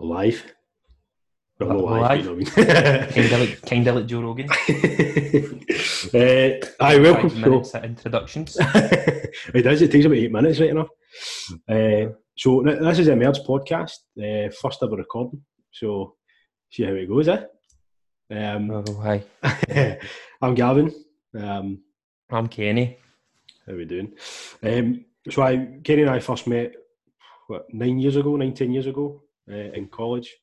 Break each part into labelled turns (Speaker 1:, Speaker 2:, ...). Speaker 1: Alive. Not
Speaker 2: Alive.
Speaker 1: alive. you know what I
Speaker 2: Kind
Speaker 1: mean?
Speaker 2: of like kind of like Joe Rogan.
Speaker 1: uh, aye, welcome. so-
Speaker 2: Five minutes at introductions.
Speaker 1: it does. It takes about eight minutes, right enough. Uh, so th- this is a merge podcast, uh, first ever recording. So see how it goes, eh? Um,
Speaker 2: Oh hi,
Speaker 1: I'm Gavin. Um,
Speaker 2: I'm Kenny.
Speaker 1: how we doing? Um, so I, Kenny and I first met what nine years ago, nine ten years ago uh, in college.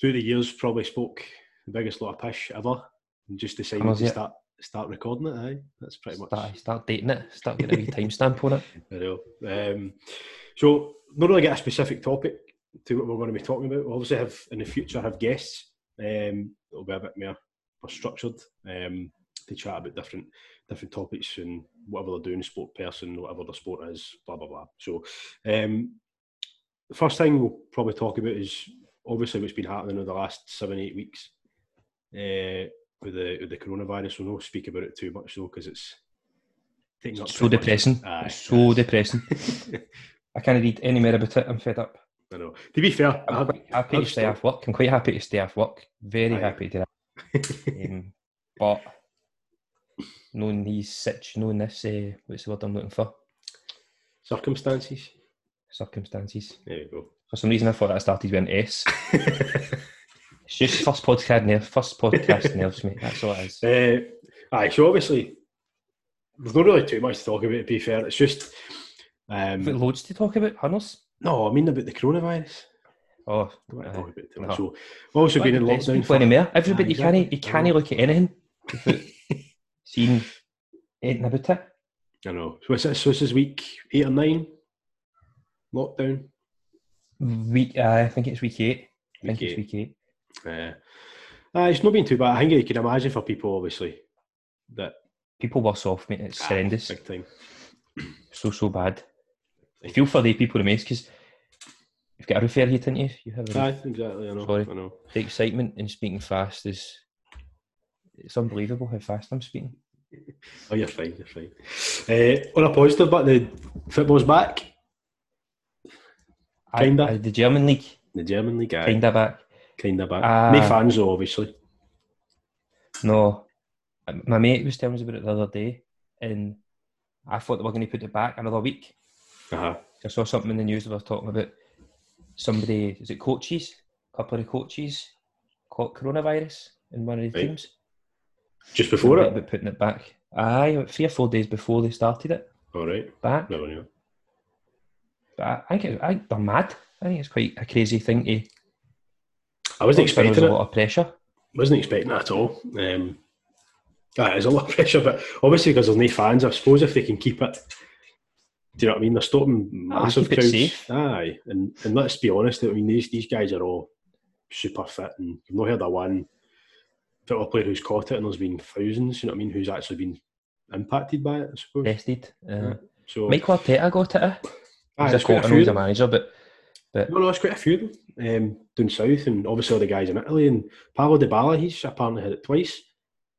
Speaker 1: Through the years, probably spoke the biggest lot of pish ever, and just decided
Speaker 2: How's
Speaker 1: to
Speaker 2: it?
Speaker 1: start start recording it. Aye, that's pretty much.
Speaker 2: Start, start dating it. Start getting a wee timestamp on it.
Speaker 1: I know. Um, so not really get a specific topic to what we're going to be talking about. We'll obviously have in the future have guests. Um, it'll be a bit more, more structured um, to chat about different different topics and whatever they're doing, sport person, whatever their sport is, blah blah blah. So um, the first thing we'll probably talk about is obviously what's been happening in the last seven eight weeks uh, with the with the coronavirus. We'll not speak about it too much though because it's taking up
Speaker 2: So
Speaker 1: pretty much-
Speaker 2: depressing.
Speaker 1: Aye,
Speaker 2: It's so
Speaker 1: it is.
Speaker 2: depressing. I can't read any more about it. I'm fed up.
Speaker 1: I know. To be fair, I
Speaker 2: I'm
Speaker 1: have,
Speaker 2: quite happy to
Speaker 1: I've
Speaker 2: stay
Speaker 1: stopped.
Speaker 2: off work. I'm quite happy to stay off work. Very
Speaker 1: Aye.
Speaker 2: happy to that. um, but knowing these such knowing this, uh, what's the word I'm looking for?
Speaker 1: circumstances.
Speaker 2: Circumstances.
Speaker 1: There you go.
Speaker 2: For some reason, I thought I started with an S. It's just first podcast nerve. First podcast nerves me. That's all it is.
Speaker 1: uh, aye, so obviously, there's not really too much to talk about. To be fair, it's just
Speaker 2: We've got
Speaker 1: um,
Speaker 2: loads to talk about, Hunners.
Speaker 1: no. I mean about the coronavirus.
Speaker 2: Oh,
Speaker 1: Don't want to
Speaker 2: Aye.
Speaker 1: talk about it too much.
Speaker 2: No.
Speaker 1: So, we've also been in
Speaker 2: Let's
Speaker 1: lockdown.
Speaker 2: be plenty more. Everybody,
Speaker 1: Aye,
Speaker 2: you can't, e-,
Speaker 1: exactly.
Speaker 2: you can't look at anything. without seeing anything about it.
Speaker 1: I know. So it's, so this is week eight or nine. Lockdown.
Speaker 2: Week, uh, I think it's week eight. I think
Speaker 1: eight.
Speaker 2: it's week eight.
Speaker 1: Uh, aye, it's not been too bad. I think you can imagine for people, obviously, that
Speaker 2: People worse off, mate. It's
Speaker 1: Aye,
Speaker 2: horrendous.
Speaker 1: big time.
Speaker 2: So so bad. I feel for the people to make because you've got a roof air heat, didn't you? You have a roof.
Speaker 1: Aye, exactly. I know.
Speaker 2: Mm. Sorry.
Speaker 1: I know.
Speaker 2: the excitement and speaking fast is it's unbelievable how fast I'm speaking.
Speaker 1: Oh, you're fine, you're fine. Uh, on a positive, but the football's back.
Speaker 2: I-
Speaker 1: Kinda.
Speaker 2: I- the German league,
Speaker 1: The German league, aye.
Speaker 2: kinda back.
Speaker 1: Kinda back.
Speaker 2: Ah.
Speaker 1: no fans, though, obviously.
Speaker 2: No, Um, my mate was telling us about it the other day, and I thought they were going to put it back another week.
Speaker 1: Uh-huh.
Speaker 2: I saw something in the news that was talking about somebody. Is it coaches? A couple of the coaches caught coronavirus in one of the
Speaker 1: Right.
Speaker 2: teams.
Speaker 1: Just before
Speaker 2: Something
Speaker 1: it.
Speaker 2: about putting it back. Aye, about three or four days before they started it
Speaker 1: All right.
Speaker 2: back.
Speaker 1: Never knew.
Speaker 2: But I, I think it, I, they're mad. I think it's quite a crazy thing to.
Speaker 1: I wasn't
Speaker 2: there was
Speaker 1: expecting
Speaker 2: a
Speaker 1: it.
Speaker 2: lot of pressure.
Speaker 1: Wasn't expecting it at all. Um, aye, there's a lot of pressure, but obviously because there's no fans, I suppose if they can keep it, do you know what I mean? They're stopping massive
Speaker 2: Ah, keep it
Speaker 1: crowds.
Speaker 2: safe.
Speaker 1: Aye, and and let's be honest. I mean, these these guys are all super fit, and you've not heard of one football player who's caught it, and there's been thousands. You know what I mean? Who's actually been impacted by it? I suppose.
Speaker 2: Tested. Uh,
Speaker 1: So
Speaker 2: Mike Arteta got it. eh?
Speaker 1: aye,
Speaker 2: He's a
Speaker 1: there's quite
Speaker 2: coach,
Speaker 1: a
Speaker 2: I know he's
Speaker 1: few.
Speaker 2: a manager, but
Speaker 1: No, no, it's quite a few of them um, down south, and obviously all the guys in Italy. And Paolo Di Bala, he's apparently had it twice.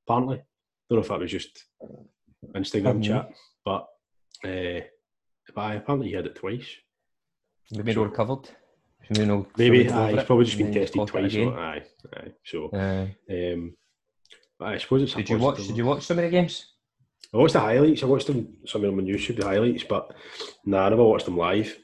Speaker 1: Apparently, don't know if that was just Instagram
Speaker 2: Pardon me?
Speaker 1: chat, but uh, but aye, apparently he had it twice.
Speaker 2: Maybe they
Speaker 1: Sure.
Speaker 2: were covered. Maybe, no,
Speaker 1: Maybe
Speaker 2: somebody
Speaker 1: aye,
Speaker 2: over
Speaker 1: he's
Speaker 2: it,
Speaker 1: probably just
Speaker 2: and
Speaker 1: been
Speaker 2: then
Speaker 1: tested
Speaker 2: caught it
Speaker 1: twice. So,
Speaker 2: again.
Speaker 1: aye, aye. So,
Speaker 2: Aye.
Speaker 1: um, but I suppose it's. a
Speaker 2: did you watch?
Speaker 1: positive
Speaker 2: Did
Speaker 1: one.
Speaker 2: you watch some of the games?
Speaker 1: I watched the highlights. I watched them some of them on YouTube, the highlights, but nah, I never watched them live.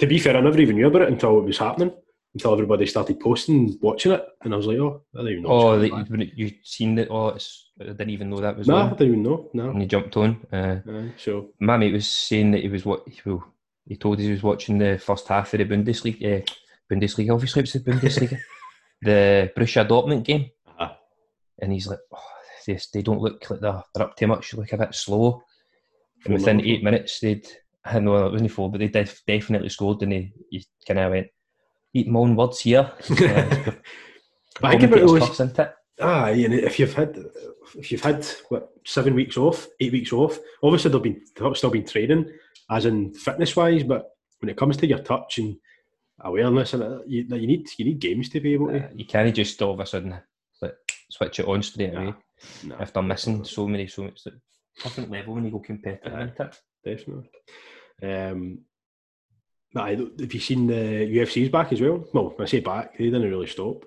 Speaker 1: To be fair, I never even knew about it until it was happening. Until everybody started posting, and watching it, and I was like, "Oh, I didn't even know." it's
Speaker 2: Oh,
Speaker 1: coming
Speaker 2: the,
Speaker 1: back.
Speaker 2: you you seen that? Oh, it's, I didn't even know that was
Speaker 1: no, I
Speaker 2: on.
Speaker 1: didn't even know. No,
Speaker 2: And he jumped on. Uh,
Speaker 1: Aye, so
Speaker 2: my mate was saying that he was what he, well, he told us he was watching the first half of the Bundesliga. Uh, Bundesliga, obviously, it's the Bundesliga, the Borussia Dortmund game,
Speaker 1: uh,
Speaker 2: and he's like, oh, they, they don't look like they're, they're up too much. They look a bit slow. And within eight minutes, they'd I know it wasn't four, but they def- definitely scored, and he, he kind of went, "Eat my own words here." Uh,
Speaker 1: But I think about
Speaker 2: commentator's
Speaker 1: those-
Speaker 2: cuffs, isn't it?
Speaker 1: aye, Ah, and if you've had if you've had what seven weeks off, eight weeks off, obviously they've been they've still been training, as in fitness wise, but when it comes to your touch and awareness, and that, you, that you need you need games to be able to.
Speaker 2: Uh, you can't just all of a sudden like, switch it on straight away
Speaker 1: Nah, nah,
Speaker 2: if they're missing so many, so much. Different level when you go competitive,
Speaker 1: Aye.
Speaker 2: isn't it?
Speaker 1: definitely. Um, But I, have you seen the UFC's back as well? Well, when I say back, they didn't really stop,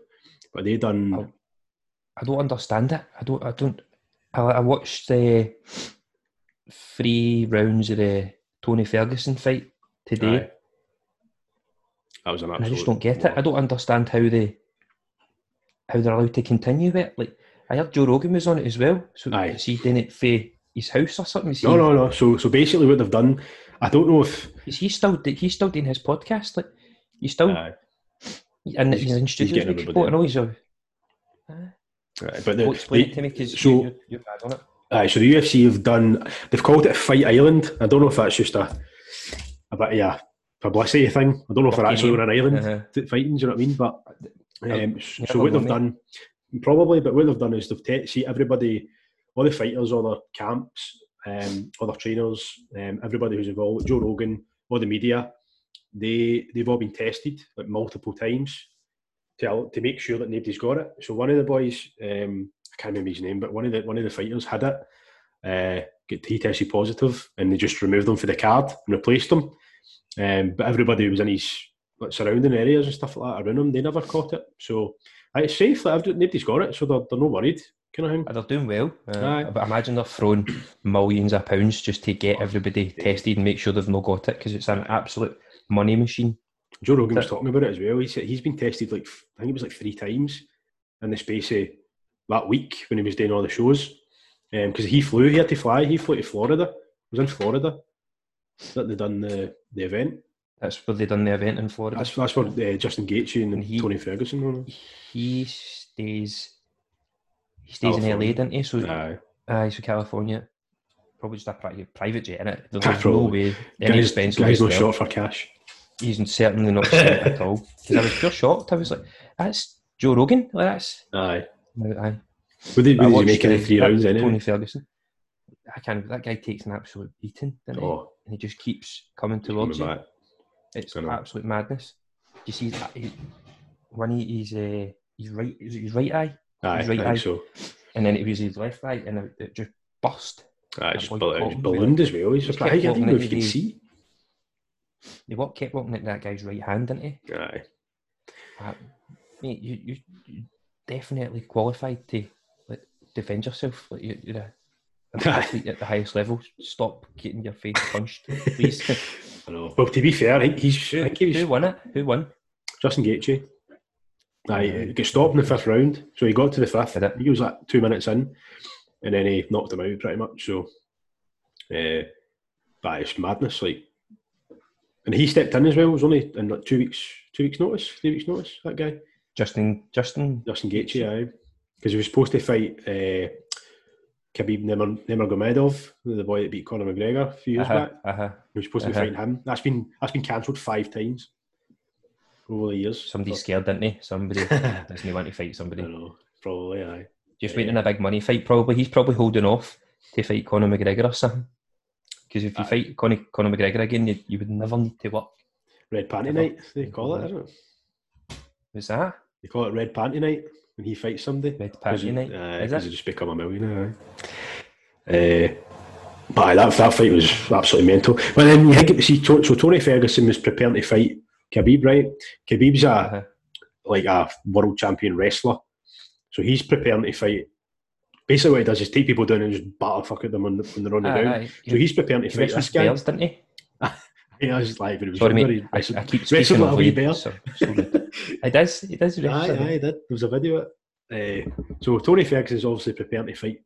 Speaker 1: but they done.
Speaker 2: Oh. I don't understand it. I don't. I don't. I, I watched the three rounds of the Tony Ferguson fight today,
Speaker 1: Aye. That was an
Speaker 2: and I
Speaker 1: absolute.
Speaker 2: just don't get it. I don't understand how they how they're allowed to continue it. Like I heard Joe Rogan was on it as well, so
Speaker 1: Aye.
Speaker 2: is he doing it for his house or something? Is he,
Speaker 1: No, no, no. So, so basically, what they've done, I don't know if
Speaker 2: Is he still? do- He's still doing his podcast. Like he's still
Speaker 1: Aye.
Speaker 2: and
Speaker 1: He's-
Speaker 2: he's, in
Speaker 1: he's
Speaker 2: studios
Speaker 1: getting
Speaker 2: with
Speaker 1: everybody
Speaker 2: people.
Speaker 1: in.
Speaker 2: And all he's a,
Speaker 1: Right, but
Speaker 2: well,
Speaker 1: the,
Speaker 2: explain
Speaker 1: the-
Speaker 2: it to me because
Speaker 1: so-
Speaker 2: you're, you're bad on it.
Speaker 1: aye, so the UFC have done. They've called it Fight Island. I don't know if that's just a a bit of a publicity thing. I don't know if they're
Speaker 2: Lucky
Speaker 1: actually
Speaker 2: name.
Speaker 1: on an island
Speaker 2: Uh-huh. Uh,
Speaker 1: t- fighting. Do you know what I mean? But um, s-
Speaker 2: never
Speaker 1: so what they've
Speaker 2: won it.
Speaker 1: done, probably, but what they've done is they've te- see everybody, all the fighters, all their camps, um, all their trainers, um, everybody who's involved, Joe Rogan, all the media. They they've all been tested like multiple times to to make sure that nobody's got it. So one of the boys, um, I can't remember his name, but one of the one of the fighters had it. Uh, get he tested positive, and they just removed them for the card and replaced them. Um, but everybody who was in his like, surrounding areas and stuff like that around him, they never caught it. So aye, it's safe. Like, every- nobody's got it, so they're, they're not worried. Kind of thing.
Speaker 2: Uh, They're doing well, uh,
Speaker 1: Aye.
Speaker 2: but imagine they're throwing millions of pounds just to get everybody tested and make sure they've not got it because it's an absolute money machine.
Speaker 1: Joe Rogan was talking about it as well. He said he's been tested like f- I think it was like three times in the space of that week when he was doing all the shows. Because he flew, he had to fly. He flew to Florida. He was in Florida that they done the, the event.
Speaker 2: That's where they done the event in Florida.
Speaker 1: That's that's where uh, Justin Gaethje and,
Speaker 2: And he-
Speaker 1: Tony Ferguson were.
Speaker 2: He stays, he stays in LA,
Speaker 1: California.
Speaker 2: didn't he? So
Speaker 1: Aye.
Speaker 2: Aye, so California. Probably just a pri- private jet in it. There's no
Speaker 1: Probably.
Speaker 2: way any
Speaker 1: Guys,
Speaker 2: expense will
Speaker 1: guys
Speaker 2: be
Speaker 1: no
Speaker 2: spared.
Speaker 1: short for cash.
Speaker 2: He's certainly not spent it at all. 'Cause I was pure shocked. I was like, "That's Joe Rogan. Like that's
Speaker 1: Aye.
Speaker 2: no, aye."
Speaker 1: Would they,
Speaker 2: I
Speaker 1: would they
Speaker 2: watched
Speaker 1: make any
Speaker 2: the-
Speaker 1: three rounds
Speaker 2: Tony
Speaker 1: anyway?
Speaker 2: Ferguson. I can't. That guy takes an absolute beating, doesn't he?
Speaker 1: Oh,
Speaker 2: And he just keeps coming
Speaker 1: coming
Speaker 2: towards you.
Speaker 1: back.
Speaker 2: It's
Speaker 1: I know.
Speaker 2: absolute madness. You see, that- he, when he, he's uh, he's right, is it his right eye,
Speaker 1: Aye, I
Speaker 2: He's right,
Speaker 1: think
Speaker 2: aye.
Speaker 1: so.
Speaker 2: and then it was his left eye, and it, it just burst.
Speaker 1: Aye,
Speaker 2: That
Speaker 1: just,
Speaker 2: boy
Speaker 1: bal-
Speaker 2: caught
Speaker 1: it's
Speaker 2: him,
Speaker 1: ballooned as well. He's
Speaker 2: He's
Speaker 1: just,
Speaker 2: kept
Speaker 1: I didn't
Speaker 2: walking
Speaker 1: know
Speaker 2: out
Speaker 1: if you
Speaker 2: the-
Speaker 1: could see.
Speaker 2: He walked, kept walking at that guy's right hand, didn't he?
Speaker 1: Aye.
Speaker 2: Uh, mate, you, you you definitely qualified to like defend yourself. Like you, you're a, an
Speaker 1: Aye.
Speaker 2: athlete at the highest level. Stop getting your face punched, please.
Speaker 1: I know. Well, to be fair, I think he's. I
Speaker 2: who,
Speaker 1: think he was
Speaker 2: who won it? Who won?
Speaker 1: Justin Gaethje. Aye,
Speaker 2: Aye.
Speaker 1: he got stopped in the fifth round, so he got to the fifth.
Speaker 2: Did it?
Speaker 1: He was like two minutes in, and then he knocked him out pretty much. So, uh, but it's madness. Like, and he stepped in as well. It was only in like two weeks, two weeks notice, three weeks notice. That guy,
Speaker 2: Justin. Justin.
Speaker 1: Justin Gaethje, aye, because he was supposed to fight uh, Khabib Nemir- Nurmagomedov, the boy that beat Conor McGregor a few years
Speaker 2: Uh-huh,
Speaker 1: back.
Speaker 2: uh-huh.
Speaker 1: He was supposed
Speaker 2: Uh-huh.
Speaker 1: to be fighting him. That's been that's been cancelled five times over the years.
Speaker 2: Somebody's scared, didn't they? Somebody doesn't want to fight
Speaker 1: I
Speaker 2: somebody.
Speaker 1: know, probably aye.
Speaker 2: Just waiting a big money fight. Probably he's probably holding off to fight Conor McGregor or something. Because if you
Speaker 1: Aye.
Speaker 2: fight Conor, Conor McGregor again, you, you would never need to work.
Speaker 1: Red Panty
Speaker 2: Never.
Speaker 1: Night, they call it, isn't it?
Speaker 2: What's that?
Speaker 1: They call it Red Panty Night when he fights somebody.
Speaker 2: Red
Speaker 1: Does
Speaker 2: Panty
Speaker 1: he-
Speaker 2: Night.
Speaker 1: Aye,
Speaker 2: is
Speaker 1: does
Speaker 2: it?
Speaker 1: he just become a millionaire. aye? Uh, but aye, that, that fight was absolutely mental. But then you think, see, To- so Tony Ferguson was preparing to fight Khabib, right? Khabib's a,
Speaker 2: Uh-huh.
Speaker 1: like a world champion wrestler. So he's preparing to fight. Basically, what he does is take people down and just batter fuck at them when, when they're on the
Speaker 2: Aye,
Speaker 1: ground.
Speaker 2: aye.
Speaker 1: So he's preparing to
Speaker 2: He
Speaker 1: fight
Speaker 2: wrestled
Speaker 1: this guy.
Speaker 2: bears, didn't he?
Speaker 1: Yeah, I was like, when he was
Speaker 2: Sorry,
Speaker 1: younger,
Speaker 2: mate.
Speaker 1: he
Speaker 2: I, I
Speaker 1: wrestled-
Speaker 2: keep
Speaker 1: wrestled
Speaker 2: speaking
Speaker 1: like a
Speaker 2: of
Speaker 1: wee
Speaker 2: wee
Speaker 1: bear.
Speaker 2: bear. So, so good. it does. It does.
Speaker 1: Aye,
Speaker 2: wrestle.
Speaker 1: aye, did. There was a video of it. Uh, so Tony Ferguson's obviously preparing to fight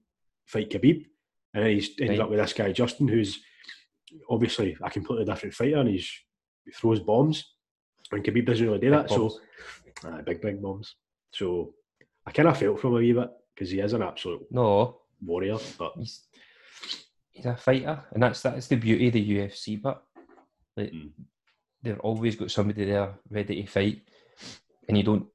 Speaker 1: fight Khabib, and then he's ended
Speaker 2: Right.
Speaker 1: up with this guy Justin, who's obviously a completely different fighter, and he's, he throws bombs, and Khabib doesn't really do that.
Speaker 2: bombs.
Speaker 1: So aye, big big bombs. So I kind of felt for him a wee bit because he is an absolute
Speaker 2: No,
Speaker 1: warrior, but
Speaker 2: he's he's a fighter, and that's that's the beauty of the UFC. But like,
Speaker 1: Mm.
Speaker 2: they've always got somebody there ready to fight, and you don't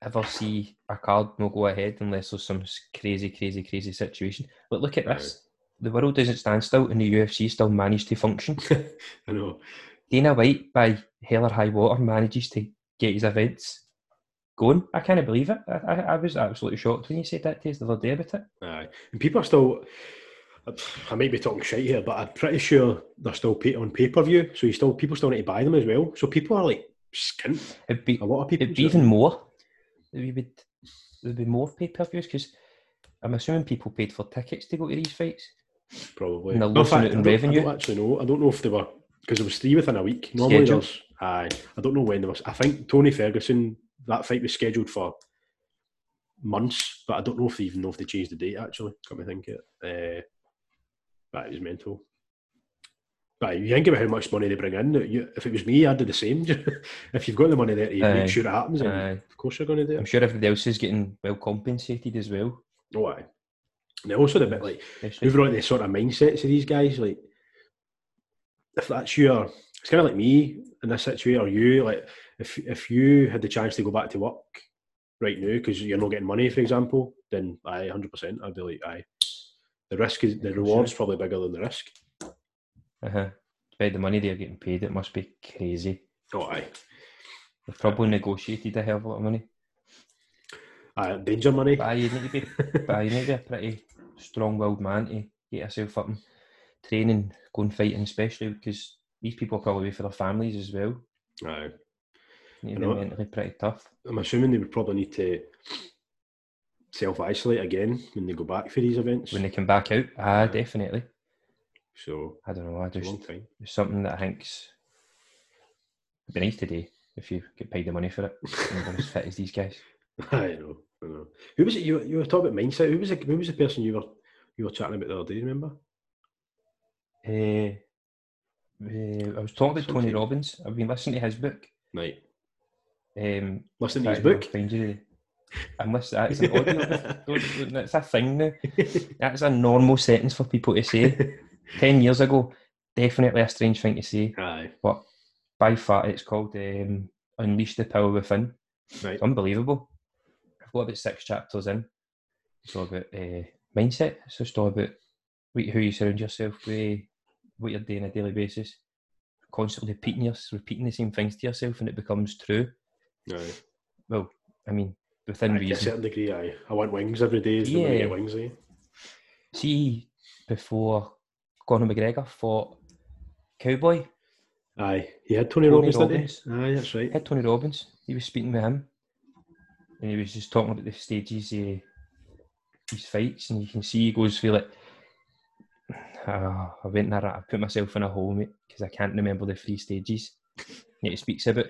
Speaker 2: ever see a card not go ahead unless there's some s- crazy, crazy, crazy situation. But look at
Speaker 1: Aye.
Speaker 2: this. The world doesn't stand still, and the UFC still managed to function.
Speaker 1: I know
Speaker 2: Dana White, by hell or high water, manages to get his events going. I can't believe it. I, I, I was absolutely shocked when you said that to us the other day about it.
Speaker 1: Aye, and people are still. I might be talking shit here, but I'm pretty sure they're still pay- on pay per view, so you still people still need to buy them as well. So people are like skint.
Speaker 2: It'd be
Speaker 1: A lot of people.
Speaker 2: It'd be even more. We would. There'd be more pay per views because I'm assuming people paid for tickets to go to these fights.
Speaker 1: probably.
Speaker 2: and they're
Speaker 1: No, in
Speaker 2: losing
Speaker 1: fact,
Speaker 2: out in
Speaker 1: I don't- I
Speaker 2: revenue.
Speaker 1: don't actually know. I don't know if they were because there was three within a week. Normally
Speaker 2: Scheduled.
Speaker 1: there's. Aye, I don't know when there was. I think Tony Ferguson that fight was scheduled for months, but I don't know if they even know if they changed the date. Actually, come to think of it, uh, that is mental. But you think about how much money they bring in. You, if it was me, I'd do the same. if you've got the money there, to
Speaker 2: Aye.
Speaker 1: make sure it happens. then
Speaker 2: Aye.
Speaker 1: of course, you're going to do it.
Speaker 2: Uh, I'm sure everybody else is getting well compensated as well.
Speaker 1: Oh, aye. And also the bit like
Speaker 2: especially-
Speaker 1: moving on to the sort of mindsets of these guys, like if that's your, it's kind of like me in this situation, or you, like if if you had the chance to go back to work right now because you're not getting money, for example, then I 100, percent I'd be like, aye. The risk is the reward's probably bigger than the risk.
Speaker 2: Uh-huh. By the money they're getting paid, it must be crazy.
Speaker 1: Oh, aye,
Speaker 2: They've probably negotiated a hell of a lot of money.
Speaker 1: aye danger money.
Speaker 2: But aye, you need to be, but aye, you need to be a pretty strong-willed man to get yourself up and training, going fighting, especially because these people are probably away for their families as well.
Speaker 1: Aye.
Speaker 2: You need
Speaker 1: I
Speaker 2: to be
Speaker 1: know.
Speaker 2: mentally pretty tough.
Speaker 1: I'm assuming they would probably need to self isolate again when they go back for these events.
Speaker 2: When they come back out, ah, definitely.
Speaker 1: So
Speaker 2: I don't know. I
Speaker 1: it's a
Speaker 2: just
Speaker 1: long time.
Speaker 2: it's something that I think's it'd be nice today if you get paid the money for it. and you're as fit as these guys.
Speaker 1: I know, I know. Who was it? You, you were talking about mindset. Who was the, who was the person you were you were chatting about the other day? Remember?
Speaker 2: Uh, uh, I was talking to Tony
Speaker 1: Something.
Speaker 2: Robbins. I've been listening to his book.
Speaker 1: Right.
Speaker 2: Um,
Speaker 1: Listen to his
Speaker 2: Sorry, I'll
Speaker 1: book.
Speaker 2: Find you. Unless that's an audio. book. Don't- don't- That's a thing now. That's a normal sentence for people to say. Ten years ago, definitely a strange thing to say.
Speaker 1: Aye.
Speaker 2: By far, it's called um, "Unleash the Power Within."
Speaker 1: Right.
Speaker 2: It's unbelievable. I've got about six chapters in. It's all about uh, mindset. It's just all about wh- who you surround yourself with, what you're doing on a daily basis. Constantly repeating your, repeating the same things to yourself, and it becomes true.
Speaker 1: Aye.
Speaker 2: I mean, within
Speaker 1: Aye, To a
Speaker 2: reason.
Speaker 1: certain degree, aye. I want wings every day. Is the way to
Speaker 2: Yeah.
Speaker 1: get wings, eh?
Speaker 2: See, before Conor McGregor fought Cowboy,
Speaker 1: Aye. He had Tony,
Speaker 2: Tony
Speaker 1: Robbins,
Speaker 2: Robbins.
Speaker 1: didn't he? Aye, that's
Speaker 2: he
Speaker 1: right.
Speaker 2: had Tony Robbins. He was speaking with him, and he was just talking about the stages of his fights, and you can see he goes feel like, "Ah, I went there, I put myself in a hole, mate, because I can't remember the three stages. And he speaks about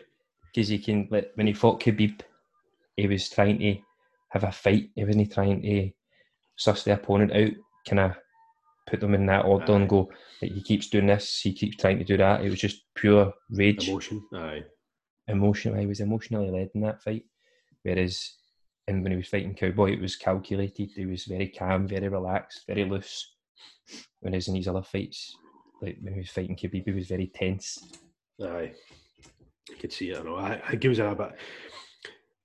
Speaker 2: because he can like when he fought Khabib, he was trying to have a fight. He wasn't trying to suss the opponent out. Can I put them in that order and go? Like, he keeps doing this. He keeps trying to do that. It was just pure rage
Speaker 1: Emotion. Aye.
Speaker 2: emotional. He was emotionally led in that fight. Whereas, and when he was fighting Cowboy, it was calculated. He was very calm, very relaxed, very loose. Whereas in these other fights, like when he was fighting Khabib, he was very tense.
Speaker 1: Aye. I could see it. I know. I, I gives a bit.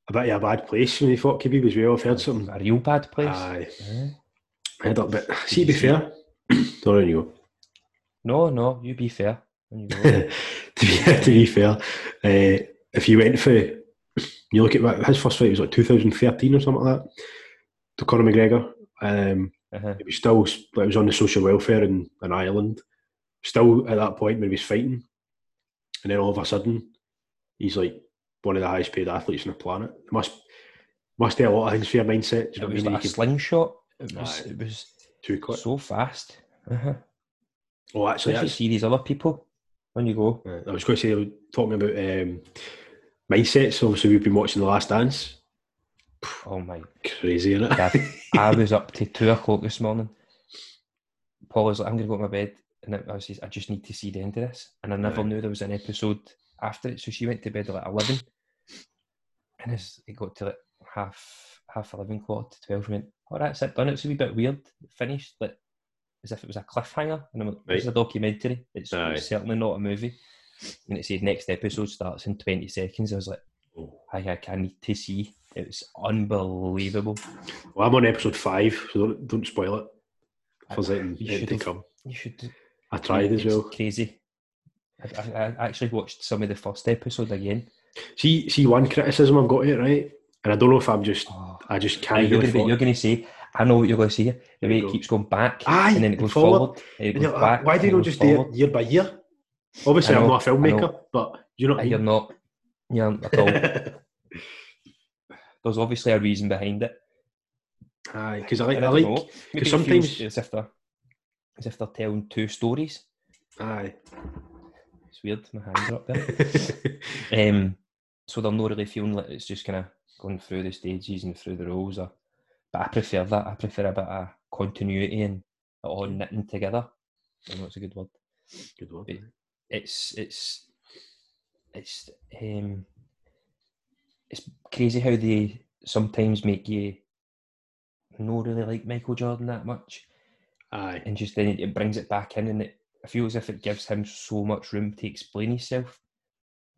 Speaker 1: A bit of a bad place when he fought Khabib as well. I've heard something.
Speaker 2: A real bad place.
Speaker 1: Aye.
Speaker 2: Aye.
Speaker 1: I had that bit. See, to be fair. Sorry, you go.
Speaker 2: No, no, you be fair. When you go.
Speaker 1: to, be, to be fair, uh, if you went for, you look at what- his first fight was like 2013 or something like that, to Conor McGregor. Um,
Speaker 2: uh-huh.
Speaker 1: it was still, it was on the social welfare in, in Ireland. Still at that point when he was fighting, and then all of a sudden, he's like one of the highest paid athletes on the planet. It must must do a lot of things for your mindset. Do you know
Speaker 2: It
Speaker 1: what I
Speaker 2: was
Speaker 1: mean?
Speaker 2: like a
Speaker 1: You could
Speaker 2: slingshot. It was,
Speaker 1: Aye.
Speaker 2: it was
Speaker 1: too quick.
Speaker 2: so fast. Uh-huh.
Speaker 1: Oh, actually,
Speaker 2: Especially
Speaker 1: that's,
Speaker 2: see these other people when you go.
Speaker 1: Uh, I was going to say, talking about um, mindsets, obviously we've been watching The Last Dance.
Speaker 2: Oh my
Speaker 1: Crazy, isn't it?
Speaker 2: Yeah, I was up to two o'clock this morning. Paul was like, I'm going to go to my bed. And I was just, I just need to see the end of this. And I never
Speaker 1: Right.
Speaker 2: knew there was an episode after it. So she went to bed at like 11. And it's, it got to like half, half 11, quarter to 12. And went, oh, that's it, done. It's a wee bit weird. It finished like as if it was a cliffhanger. And I'm like, this is a documentary. It's,
Speaker 1: Aye.
Speaker 2: it's certainly not a movie. And it said, next episode starts in 20 seconds. I was like,
Speaker 1: well,
Speaker 2: I, I, I need to see. It was unbelievable.
Speaker 1: I'm on episode five, so don't, don't spoil it. For Zen
Speaker 2: You
Speaker 1: to
Speaker 2: should've-
Speaker 1: come.
Speaker 2: You should
Speaker 1: I tried as
Speaker 2: It's
Speaker 1: well.
Speaker 2: Crazy. I, I, I actually watched some of the first episode again.
Speaker 1: See, see, one criticism I've got it right, and I don't know if I'm just,
Speaker 2: Oh,
Speaker 1: I just can't.
Speaker 2: you're
Speaker 1: really
Speaker 2: going
Speaker 1: follow-
Speaker 2: to say, I know what you're going to see. here." The
Speaker 1: There
Speaker 2: way
Speaker 1: you
Speaker 2: it
Speaker 1: go.
Speaker 2: keeps going back,
Speaker 1: Aye,
Speaker 2: and then it goes
Speaker 1: forward.
Speaker 2: forward, and
Speaker 1: And
Speaker 2: it goes
Speaker 1: you're like,
Speaker 2: back.
Speaker 1: uh, Why do you
Speaker 2: and it
Speaker 1: not
Speaker 2: goes
Speaker 1: just do
Speaker 2: forward."
Speaker 1: it year by year? Obviously,
Speaker 2: I
Speaker 1: I'm
Speaker 2: know,
Speaker 1: not a
Speaker 2: I know.
Speaker 1: filmmaker, but you know what I
Speaker 2: Aye, You're
Speaker 1: mean.
Speaker 2: not. You aren't at all. There's obviously a reason behind it.
Speaker 1: Aye, because I like,
Speaker 2: and
Speaker 1: I
Speaker 2: I don't
Speaker 1: like,
Speaker 2: know. Maybe it
Speaker 1: sometimes-
Speaker 2: feels as if they're as if they're telling two stories.
Speaker 1: aye.
Speaker 2: It's weird. My hands are up there. Um, so they're not really feeling like it's just kind of going through the stages and through the roles. Or, but I prefer that. I prefer a bit of continuity and it all knitting together. I know it's a good word.
Speaker 1: Good one.
Speaker 2: It- It's it's it's um it's crazy how they sometimes make you not really like Michael Jordan that much,
Speaker 1: Aye,
Speaker 2: and just then it, it brings it back in, and it I feel as if it gives him so much room to explain himself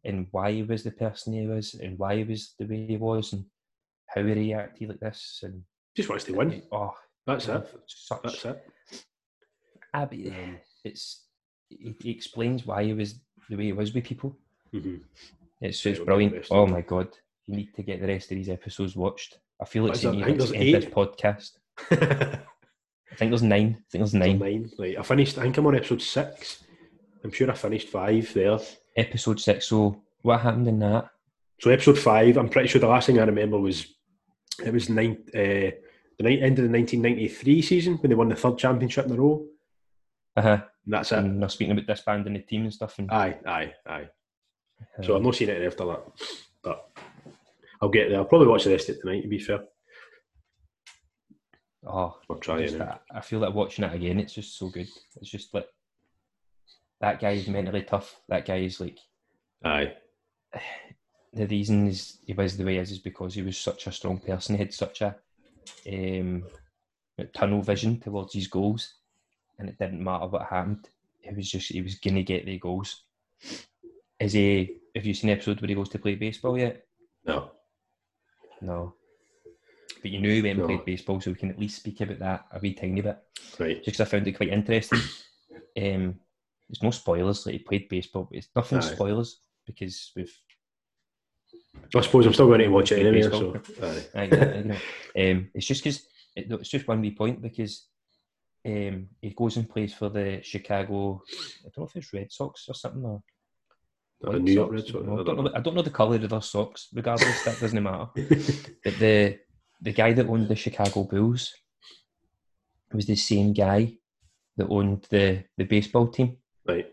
Speaker 2: and why he was the person he was, and why he was the way he was, and how he reacted like this, and
Speaker 1: just wants to win.
Speaker 2: oh,
Speaker 1: That's it.
Speaker 2: such
Speaker 1: That's it.
Speaker 2: Ah, but
Speaker 1: Um,
Speaker 2: it's he, he explains why he was the way he was with people.
Speaker 1: hmm
Speaker 2: It's it's
Speaker 1: Yeah,
Speaker 2: brilliant.
Speaker 1: interesting.
Speaker 2: Oh my god, you need to get the rest of these episodes watched. I feel
Speaker 1: What
Speaker 2: it's
Speaker 1: is there?
Speaker 2: in you
Speaker 1: I think
Speaker 2: to
Speaker 1: there's
Speaker 2: end this
Speaker 1: eight.
Speaker 2: podcast. I think there's nine. I think there's nine.
Speaker 1: Nine. Right, I finished. I think I'm on episode six. I'm sure I finished five there.
Speaker 2: Episode six. So what happened in that?
Speaker 1: So episode five, I'm pretty sure the last thing I remember was it was nine, uh, the night end of the 1993 season when they won the third championship in a row.
Speaker 2: Uh-huh.
Speaker 1: And that's it.
Speaker 2: And they're speaking about disbanding the team and stuff. And
Speaker 1: Aye, aye, aye. So
Speaker 2: uh,
Speaker 1: I've not seen it after that, but I'll get there. I'll probably watch the rest of it tonight. To be fair,
Speaker 2: oh,
Speaker 1: I'll try it.
Speaker 2: just
Speaker 1: anyway.
Speaker 2: that- I feel like watching it again. It's just so good. It's just like that guy is mentally tough. That guy is like
Speaker 1: Aye,
Speaker 2: the reason is he was the way he is is because he was such a strong person. He had such a um, tunnel vision towards his goals, and it didn't matter what happened. He was just he was gonna get the goals. Is he? Have you seen the episode where he goes to play baseball yet?
Speaker 1: no,
Speaker 2: No. But you knew he went and
Speaker 1: No.
Speaker 2: played baseball, so we can at least speak about that a wee tiny bit.
Speaker 1: right.
Speaker 2: Just 'cause I found it quite interesting. Um, it's no spoilers. Like he played baseball, but it's nothing
Speaker 1: Aye.
Speaker 2: spoilers because we've
Speaker 1: I suppose I'm still going to watch it anyway. So,
Speaker 2: Baseball.
Speaker 1: aye.
Speaker 2: I get it, I get it. um, it's just because it, it's just one wee point because um, he goes and plays for the Chicago. I don't know if it's Red Sox or something or
Speaker 1: The
Speaker 2: White
Speaker 1: New York
Speaker 2: Sox,
Speaker 1: Red Sox.
Speaker 2: no, I don't know. I don't know the colour of their socks. Regardless, that doesn't matter. But the the guy that owned the Chicago Bulls was the same guy that owned the the baseball team.
Speaker 1: Right.